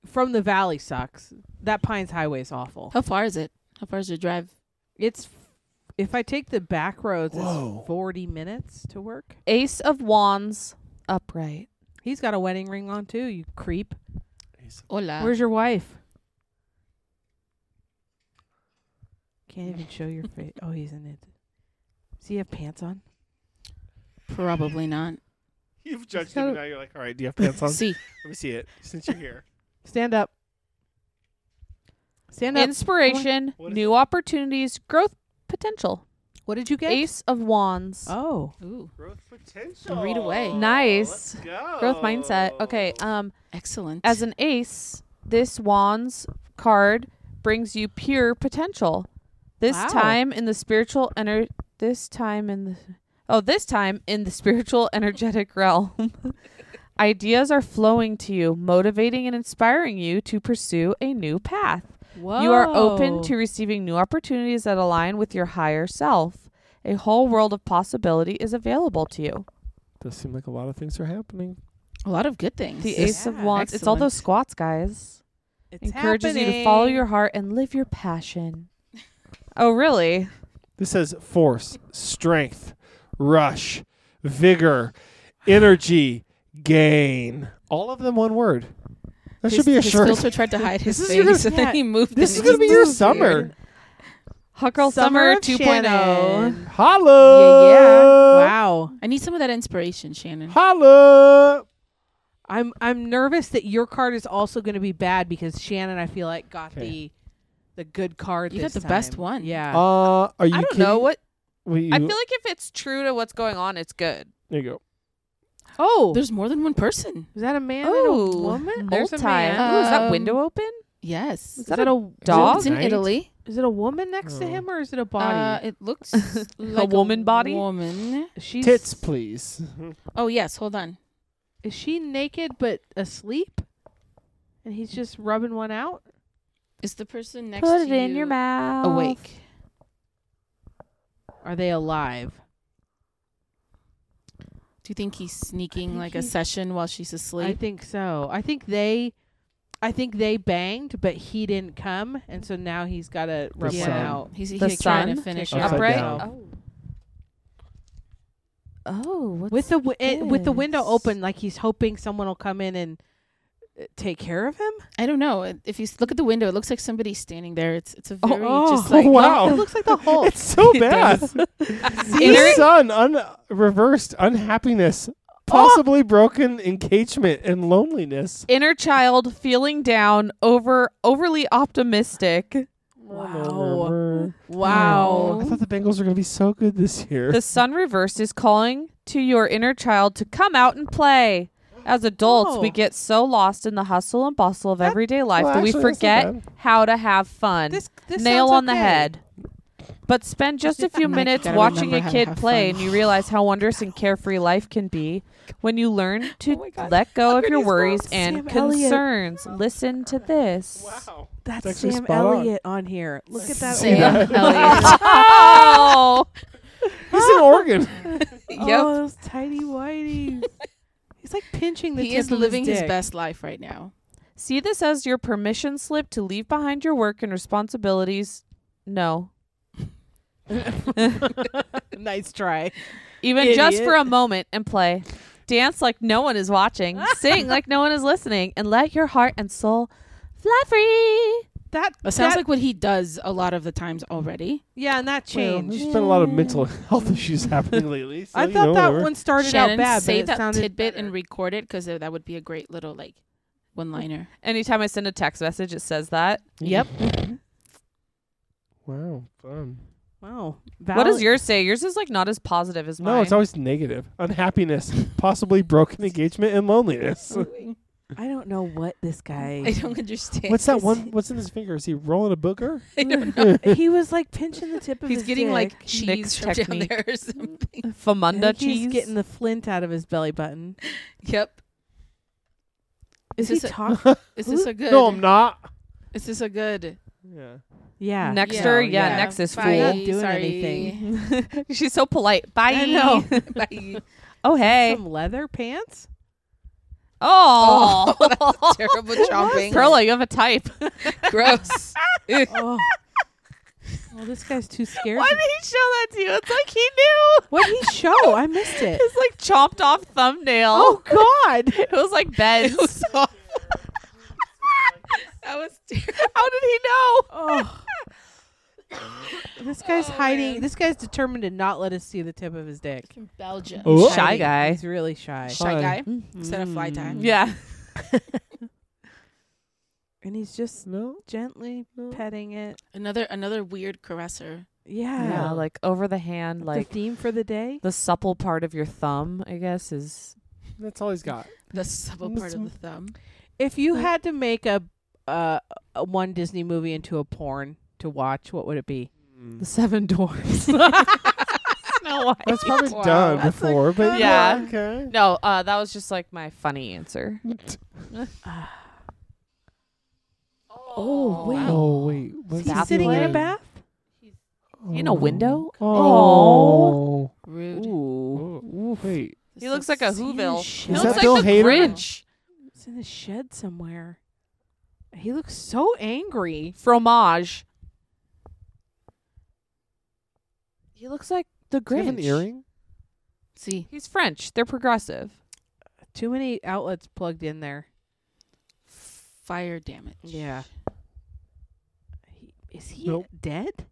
from the valley sucks. That Pines Highway is awful.
How far is it? How far is your drive?
It's if I take the back roads,
Whoa.
it's forty minutes to work.
Ace of Wands, upright.
He's got a wedding ring on too. You creep.
Hola.
Where's your wife? Can't even show your face. Oh, he's in it. Does he have pants on?
Probably not.
You've judged him, and now you're like, all right, do you have pants on?
<laughs> See,
Let me see it since you're here.
Stand up. Stand up.
Inspiration,
What is-
new opportunities, growth potential.
what did you get?
Ace of Wands.
Oh,
ooh,
Growth potential.
Read away.
Nice.
Let's go.
Growth mindset. Okay, um
excellent.
as an ace, this Wands card brings you pure potential. This
Wow.
time in the spiritual ener this time in the Oh, this time in the <laughs> spiritual energetic realm. <laughs> Ideas are flowing to you, motivating and inspiring you to pursue a new path.
whoa!
You are open to receiving new opportunities that align with your higher self. A whole world of possibility is available to you.
<laughs> Does seem like a lot of things are happening.
a lot of good things.
The
Yeah.
Ace of Wands. It's all
Excellent.
those squats, guys.
It's
Encourages you to follow
happening.
your heart and live your passion. <laughs> Oh, really?
This says force, strength, rush, vigor, energy, gain. All of them one word. That
his,
should be a
his
shirt.
filter tried to hide his
This is
face,
gonna-
and then he moved.
this
it.
is gonna be your summer.
Hot Girl Summer, oh. 2.0.
Shannon.
Holla.
Yeah, yeah. Wow.
I need some of that inspiration, Shannon.
Holla.
I'm I'm nervous that your card is also going to be bad because Shannon, I feel like, got
'Kay.
the the good card.
You got
this
the best
time.
one.
Yeah.
Uh, are you
I don't
kidding?
know what.
Will you,
I feel like if it's true to what's going on, it's good.
there you go.
oh,
There's more than one person.
is that a man and a
Oh,
woman? There's
multi. Oh,
a
Ooh, is
man.
Uh,
that
Um,
window open?
Yes.
is that, a
Dog?
It's in
Right?
Italy.
Is it a woman next to
Oh.
him or is it a
Uh,
body?
it looks like
woman body?
Woman.
She's
Tits, please.
Mm-hmm.
Oh yes. Hold on.
Is she naked but asleep? And he's just rubbing one out.
Is the person next
Put
to
it in
you
your mouth.
awake?
Are they alive?
Do you think he's sneaking
think
like a
he's-
session while she's
I
asleep?
think so. I think they, I think they banged, but he didn't come, and so now he's got to rub one
sun.
out.
He's,
The
he's trying to
sun?
finish
Upside
up,
Upright.
down.
Oh. Oh, what's
with the wi- it, with the window
this?
open, like he's hoping someone will come in and uh, take care of him.
I don't know. If you s- look at the window, it looks like somebody's standing there. It's it's a very
oh,
just
<laughs>
like
wow.
it looks like the whole.
It's so bad.
does.
Inner sun, un- reversed unhappiness, possibly broken engagement and loneliness.
inner child feeling down over overly optimistic
wow!
I
Wow!
thought the Bengals were going to be so good this year. <laughs>
the sun reversed is calling to your inner child to come out and play as adults we
Oh.
get so lost in the hustle and bustle of everyday life
well,
that we
actually, that's not
forget how to have fun
This this
nail
sounds
on the
okay.
head but spend just a few
Mike,
minutes
gotta
watching
remember
a
how to
kid
have
play
fun.
and you realize how wondrous and carefree life can be when you learn to
my God.
let go of
Look at
your
his
worries
mouth.
and
Sam Elliott.
concerns listen to this
Wow.
That's
actually
Sam
spot on.
Elliott on. here. Look at that.
Sam
old- <laughs>
Elliott.
<laughs> oh
<laughs> He's in
<laughs>
Oregon.
Oh, those tidy whities. he's like pinching the.
he
tip
is
of
living his
dick. <laughs>
best <laughs> life right now.
See this as your permission slip to leave behind your work and responsibilities. No.
nice try.
Even just
Idiot.
for a moment and play. Dance like no one is watching. Sing like no one is listening. And let your heart and soul fly free.
That
It sounds
that-
like what he does a lot of the times already.
yeah, and that
Well,
changed.
there's been a lot of mental <laughs> health issues happening lately. So,
I
you
thought
know,
that
whatever.
one started
Shannon,
out bad,
say
but it
that
sounded
tidbit
better.
and record it because that would be a great little like one-liner.
Anytime I send a text message, it says that.
Yep.
Wow, fun.
wow.
What does
Valid-
yours say? Yours is like not as positive as mine.
No, it's always negative. Unhappiness, possibly broken engagement, and loneliness.
I don't know what this
<laughs> I
guy. <laughs>
don't understand.
What's that one? What's in his finger? Is he rolling a booger?
I don't know.
he was like pinching the tip of
He's
his
getting
dick.
like
Nick's
cheese from down
technique.
there or something.
I
Famunda
think
cheese.
He's getting the flint out of his belly button.
Yep.
Is,
Is
he
this a-
talking?
<laughs>
Is this a
<laughs>
good?
No, I'm not.
Is this a good?
Yeah.
yeah.
Nexter, yeah,
yeah.
Next is
Bye.
Not doing
Sorry.
anything.
<laughs> She's so polite. Bye.
I know.
<laughs> Bye.
Oh
<laughs>
hey.
Some leather
<laughs>
pants.
Oh. <laughs>
Terrible chomping.
Perla, you have a type.
Gross.
Oh. well, this guy's too scared.
Why did
<laughs>
he show that to you? It's like he knew.
What did he show? I missed it.
It's like chopped off thumbnail.
Oh God!
<laughs> It was like beds.
<laughs> that was <laughs> terrible.
How did he know?
Oh. This guy's
Oh,
hiding.
man.
This guy's determined to not let us see the tip of his dick.
From Belgium.
Oh.
He's
Shy
hiding.
guy.
He's really shy.
Shy
Fine.
guy instead of fly tie.
<laughs> Yeah.
And he's just
No.
gently petting it.
Another another weird caresser.
Yeah.
Yeah, like over the hand, like
the theme for the day.
the supple part of your thumb, I guess, is
That's all he's got.
The subtle part of the thumb.
If you had to make a uh a one Disney movie into a porn to watch, what would it be?
Mm.
the <laughs> seven doors.
That's probably
Wow.
done
That's a
before, but
good
Yeah. one.
Okay.
no, uh, that was just like my funny answer.
Oh, wait.
Oh wait, what's
He's
Bath
sitting in a
play.
bath.
In a window?
Oh.
Rude.
Ooh.
Oh, Wait.
He looks like a Whoville. He
Shit.
Is
looks
that
like
Bill
the
Hader?
Grinch.
It's in the shed somewhere. He looks so angry.
Fromage. He looks like the Grinch.
Do you have an
<laughs>
earring?
See.
He's French. They're progressive.
Too many outlets plugged in there.
Fire damage.
Yeah. He, is he
Nope.
dead?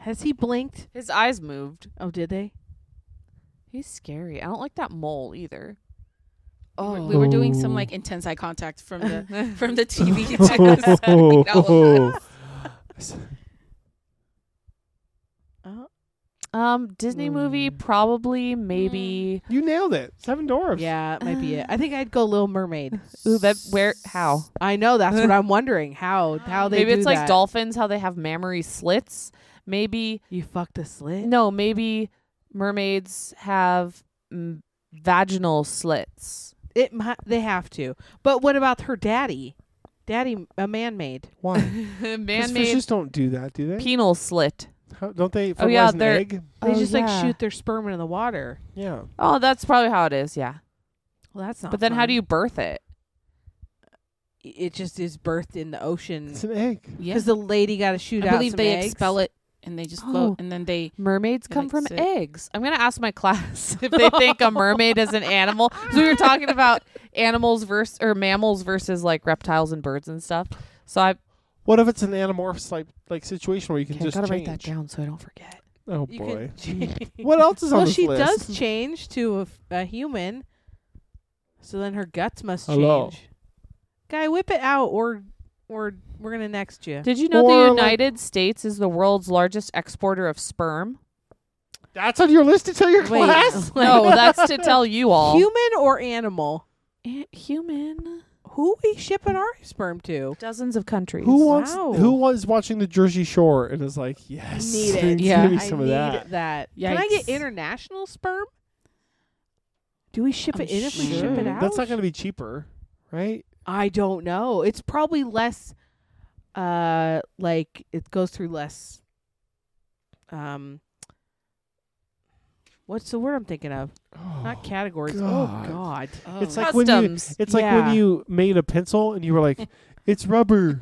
Has he blinked?
His eyes moved.
Oh, did they?
He's scary. I don't like that mole either.
We were-
Oh.
We were doing some
Oh.
like intense eye contact from the from the TV. channels.
<laughs>
No.
Oh,
Um, Disney movie,
Hmm.
probably, maybe.
you nailed it. Seven dwarfs.
yeah, it might be <sighs> it. I think I'd go Little Mermaid.
Ooh, that where? How?
I know that's what I'm wondering how how they
maybe
do
it's like
that.
dolphins, how they have mammary slits. Maybe
You fucked a slit.
no, maybe mermaids have mm, vaginal slits.
<laughs> It mi- they have to. But what about her daddy? Daddy, a man made.
<laughs>
Why? Because
Man-made
fishes don't do that, do they?
penal slit.
How, don't they fertilize
Oh, yeah,
an
they're-
egg?
They
Oh,
just
yeah.
like shoot their sperm into the water.
Yeah.
Oh, that's probably how it is. Yeah,
Well, that's not.
but then how
fun.
do you birth it?
It just is birthed in the ocean
It's an egg.
Mm.
Yeah.
because the lady got to shoot
I
out.
believe
some
they
eggs.
expel it and they just
Oh.
float and then they
Mermaids
They
come
like
from
sit.
eggs. I'm gonna ask my class <laughs> if they think a mermaid is an animal. So we were talking about animals versus or mammals versus like reptiles and birds and stuff. So I
What if it's an anamorphous like like situation where you can
okay, I
just
gotta write
change?
that down so I don't forget.
Oh
You
boy.
<laughs> can change.
What else is on
well,
this
she
list?
does change to a, f- a human, so then her guts must
Hello.
change. Guy, whip it out, or or we're gonna next you.
Did you know
Or,
the
like-
United States is the world's largest exporter of sperm?
That's on your list to tell your
Wait, <laughs>
class.
like-
No, that's to tell you all.
Human or animal?
A- Eh, human.
Who we shipping our sperm to?
Dozens of countries.
Who wants?
Wow.
Who was watching the Jersey Shore and is like, yes,
Need
<laughs>
it.
Give
Yeah.
me
I
some
need
of that.
Can I get
Yikes.
international sperm? Do we ship
I'm
it in if we
sure.
ship it out?
That's not going to be cheaper, right?
I don't know. It's probably less uh like it goes through less um what's the word I'm thinking of? Not
Oh,
categories.
God.
Oh god.
oh,
It's like when you.
Customs.
It's like when
Yeah.
you made a pencil and you were
<laughs>
like, it's rubber.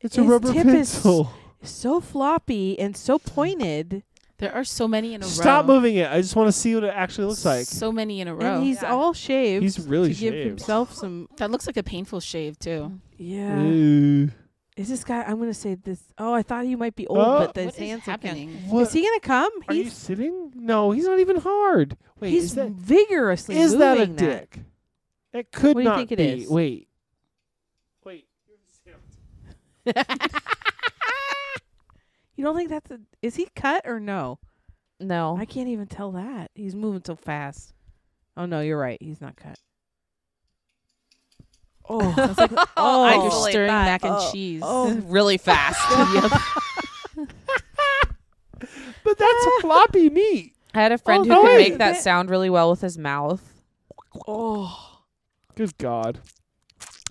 It's a
His
rubber
tip is
pencil.
So floppy and so pointed.
there are so many in a row.
Stop moving it. I just want to see what it actually looks like.
So many in a row.
And he's
Yeah.
all shaved
He's really
to give
shaved.
himself some
Mm.
that looks like a painful shave too.
yeah.
Ew.
Is this guy? I'm gonna say this. Oh, I thought he might be old,
Oh.
but this
What is
handsome.
happening?
What?
Is he gonna come?
Are you
He's
sitting? No, he's not even hard. Wait,
he's
is that
vigorously
is that a
moving
dick? That could
What do you
not
think it
be.
is?
Wait,
You don't think that's a? Is he cut or no?
Oh.
No.
<laughs> I can't even tell that. He's moving so fast. Oh no, you're right. He's
<laughs>
not cut. Oh,
Sounds like,
<laughs>
oh, like you're
isolate
stirring
that.
mac and
Oh.
cheese. <laughs>
really fast.
Yep.
but that's
<laughs>
floppy meat.
I had a friend
Oh,
who
no,
could
wait.
make that sound really well with his mouth.
oh.
Good God.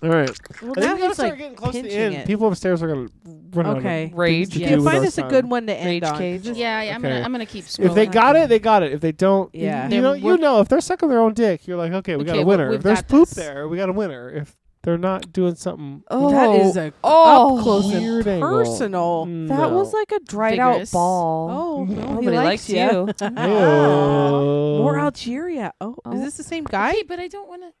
All right.
Well,
I think
now
we gotta
he's
start
like
getting close to the
pinching
end.
it.
People upstairs are gonna run out of
Okay.
things
Rage.
to
Yeah,
do
yeah,
with
find
our
us a
time.
good one to end
Rage
on.
cage.
yeah, yeah. I'm
Okay.
gonna I'm gonna keep scrolling.
If they got it, they got it. If they don't,
Yeah.
yeah. You know,
Then
you
we're-
know, if they're sucking their own dick, you're like, okay, we got
Okay,
a
we-
winner.
we've
If there's
got
poop
this.
there, we got a winner. If they're not doing something
Oh,
that is a
oh,
up close and
weird angle.
personal.
Oh. Mm,
that
no.
was like a dried
Vigorous.
out ball.
Oh, no, he
Nobody likes,
ya.
you.
Ew.
More Algeria. Oh,
Oh.
is this the same guy?
okay, but I don't wanna.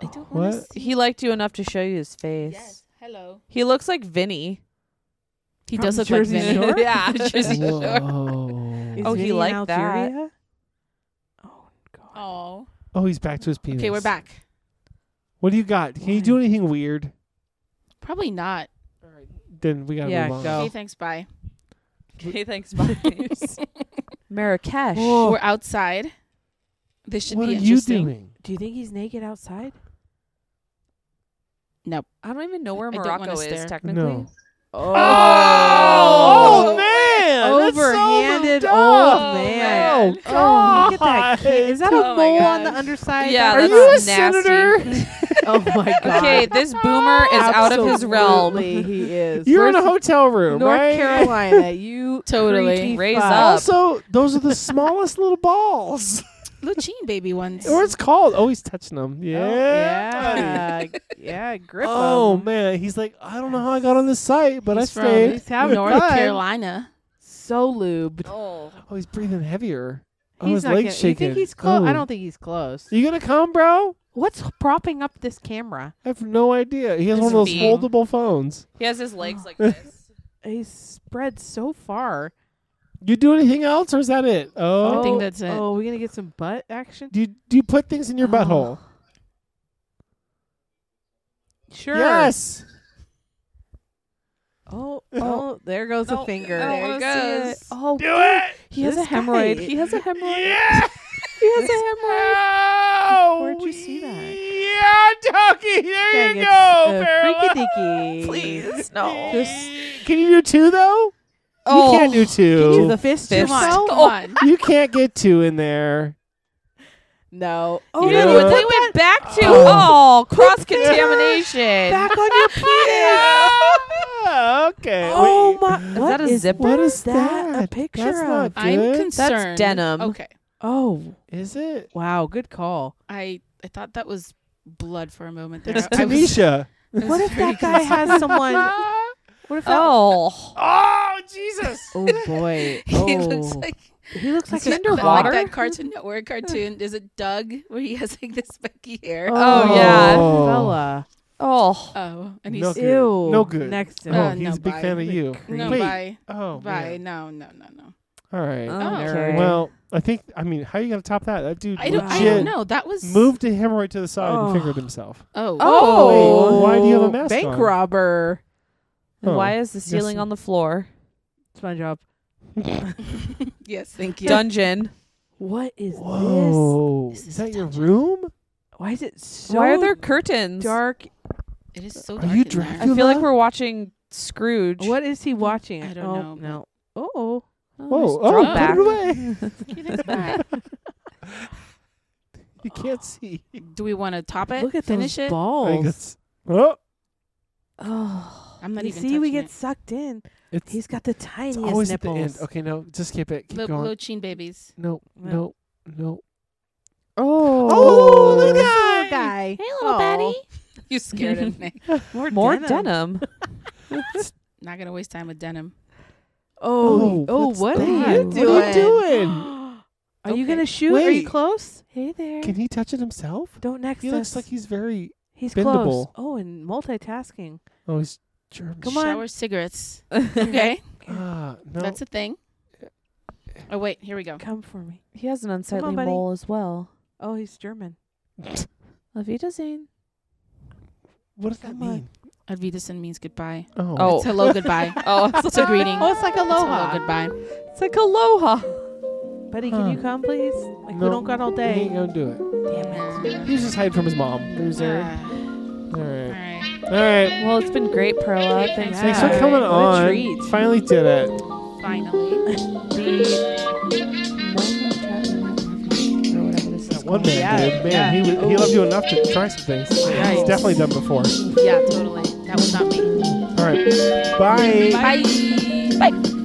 I don't wanna.
What?
<laughs>
See.
he liked you enough to show you his face.
Yes. Hello.
He looks like Vinny.
He
From
does look
Jersey
like Vinny.
<laughs>
Shore?
yeah,
<laughs>
Jersey Shore.
Is
Whoa.
Oh, he
Vinny in
liked that.
Algeria? Oh god. <laughs>
Oh.
Oh, he's back to his penis.
Okay, we're back.
What do you got? Can you do anything weird?
Probably not.
Then we gotta
Yeah,
move on.
go. Oh.
Okay, thanks. Bye.
Okay, thanks. Bye. <laughs> Marrakesh.
Whoa.
We're outside. This should
Oh. What
be
are you
interesting.
doing?
Do you think he's naked outside?
I don't even know where
I don't
Morocco
wanna
is
stare.
technically.
No.
Oh,
Oh, man, that's so
overhanded
dumb.
old
Oh,
man.
man.
Oh,
Oh, look at that.
God.
kid. Is that
Oh my
a mole on the
gosh.
underside?
Yeah,
That
Are
that's
looks-
you a
nasty.
senator?
oh my
<laughs>
god.
Okay, this boomer is out of his realm.
Absolutely, He <laughs> is.
You're in a
Where's-
hotel room,
North
right?
Carolina. You
Totally.
creepy
Raise
fuck.
up.
Also, those are the smallest little balls.
<laughs> Lucine baby ones.
Or it's called. Oh, he's touching them.
Oh,
Yeah.
yeah, yeah. Grip
Oh
'em.
man, he's like, I don't know how I got on this site, but
He's
I
from
stayed.
He's having
North
fun.
Carolina.
So lubed.
Oh.
<laughs> Oh, he's breathing heavier. Oh,
he's
his
not
legs
gonna,
shaking.
You think he's close? I
Oh.
don't think he's close.
You gonna come, bro?
What's propping up this camera?
I have no idea. He has
His
one of those
feet.
foldable phones.
He has his legs like this.
He's spread so far.
You do anything else, or is that it?
I
Oh,
think that's it.
Oh, we're gonna get some butt action.
do you, do you put things in
Oh.
your butthole?
Sure.
Yes.
Oh, oh, there goes a finger.
I don't
There
wanna
goes.
see it. Oh,
Do it.
he has a
This guy-
hemorrhoid. He has a hemorrhoid.
Yeah.
He has a hemorrhoid.
Oh,
Where'd you see that?
Yeah, doggy. There
Dang,
you
it's
go,
a
Farrell.
Uh, freaky dicky.
Please, no.
Can you do two though? You can't do
Can
two.
you fist
Fist.
Come on,
yourself?
come on.
You, can't get two in there.
No.
Oh,
Oh,
You
no,
know
what
what?
they went back to.
Oh.
Oh, cross contamination.
back on your penis.
Ah, <laughs> okay.
Oh
wait.
my!
Is
what
that a
is-
zipper?
What is
that a
that?
picture
That's not
of?
I'm
good.
concerned.
denim.
Okay.
Oh
Is it?
wow! Good call.
I I thought that was blood for a moment there.
It's
I
<laughs>
was-
Tanisha.
I was
What if
very
that guy has someone? What if that?
Oh,
Oh, Jesus.
<laughs> Oh boy!
concerned.
Oh,
<laughs> He looks
he looks
like
like
Is
a
it that-
water?
underwater.
Like that Cartoon Network cartoon. Is it Doug where he has like this spiky hair? Oh,
Oh, yeah.
fella.
oh,
and he's
No good.
Ew.
No good.
Next to
Oh,
him.
Uh,
he's
no,
a big
bye.
fan of you.
no
Wait.
bye
Oh,
bye.
man.
No no no no.
All right.
okay.
Well, I think. I mean, how you gonna top that? That dude
I don't I
legit
don't know. That was
moved a hemorrhoid to the side
Oh.
and fingered himself.
Oh
Oh.
Wait, why do you have a mask
Bank
on?
robber.
And
Oh,
why is the
guess
ceiling
so.
on the floor?
SpongeBob.
yes, thank you.
Dungeon.
What is
Whoa!
This
Is,
is
that your
dungeon.
room?
this? Why is it so
why are there curtains?
dark?
It is so
Are
dark.
you
in there.
I
Dracula?
feel like we're watching Scrooge.
What is he watching?
I don't
oh,
know.
No. Oh.
Whoa!
there's
Oh,
drawback.
put it away. <laughs>
Okay, thanks, bye.
<laughs>
you can't see.
Do we want to top it?
Look at
finish
those
it.
I think
balls.
it's- oh,
Oh.
I'm not
You
even.
see, we
touching
get
it.
sucked in.
it's,
He's got the
it's
tiniest
always at the
nipples.
end. Okay, no, just skip it. Keep
Lo-
going.
little chin babies. <laughs>
no, no,
No.
no.
Oh.
Oh, look at that.
Little guy.
Hey,
little buddy.
You scared him.
<laughs>
Nick.
More,
More <laughs> denim.
Not gonna waste time with denim.
Oh,
Oh,
oh, oh
what's
what
that?
are you
What
doing?
are you
doing?
<gasps> are you
Okay.
gonna shoot? Are
Wait.
you close? Hey there.
Can he touch it himself?
Don't next
He
us.
looks like he's very.
he's
bendable.
close. Oh, and multitasking.
Oh, he's German.
Come on.
Shower cigarettes. Okay.
Ah, no.
That's a thing. Oh wait, here we go.
Come for me.
He has an unsightly
buddy.
mole as well.
Oh, he's German.
Auf Wiedersehen.
what does that
Come on.
mean?
Advidasen means goodbye.
Oh.
Oh.
It's hello goodbye.
Oh,
It's a greeting.
Oh, it's like
It's hello
aloha.
goodbye.
it's like aloha.
Buddy,
Huh.
can you come, please? Like,
No.
we don't got all
He ain't
day.
gonna do
Damn it.
it. He was just hiding from his mom. Loser.
Ah,
All right.
alright.
All right.
Well, it's been great, Perla. Thanks
Thanks
for
for
Yeah.
coming
What a
on.
treat.
Finally did it.
Finally.
or whatever this is
That one
called.
man,
Yeah.
dude. Man, he, was, he loved you enough to try some things.
Right.
He's definitely done before.
Yeah, totally. That was not me.
All right. Bye.
Bye.
Bye.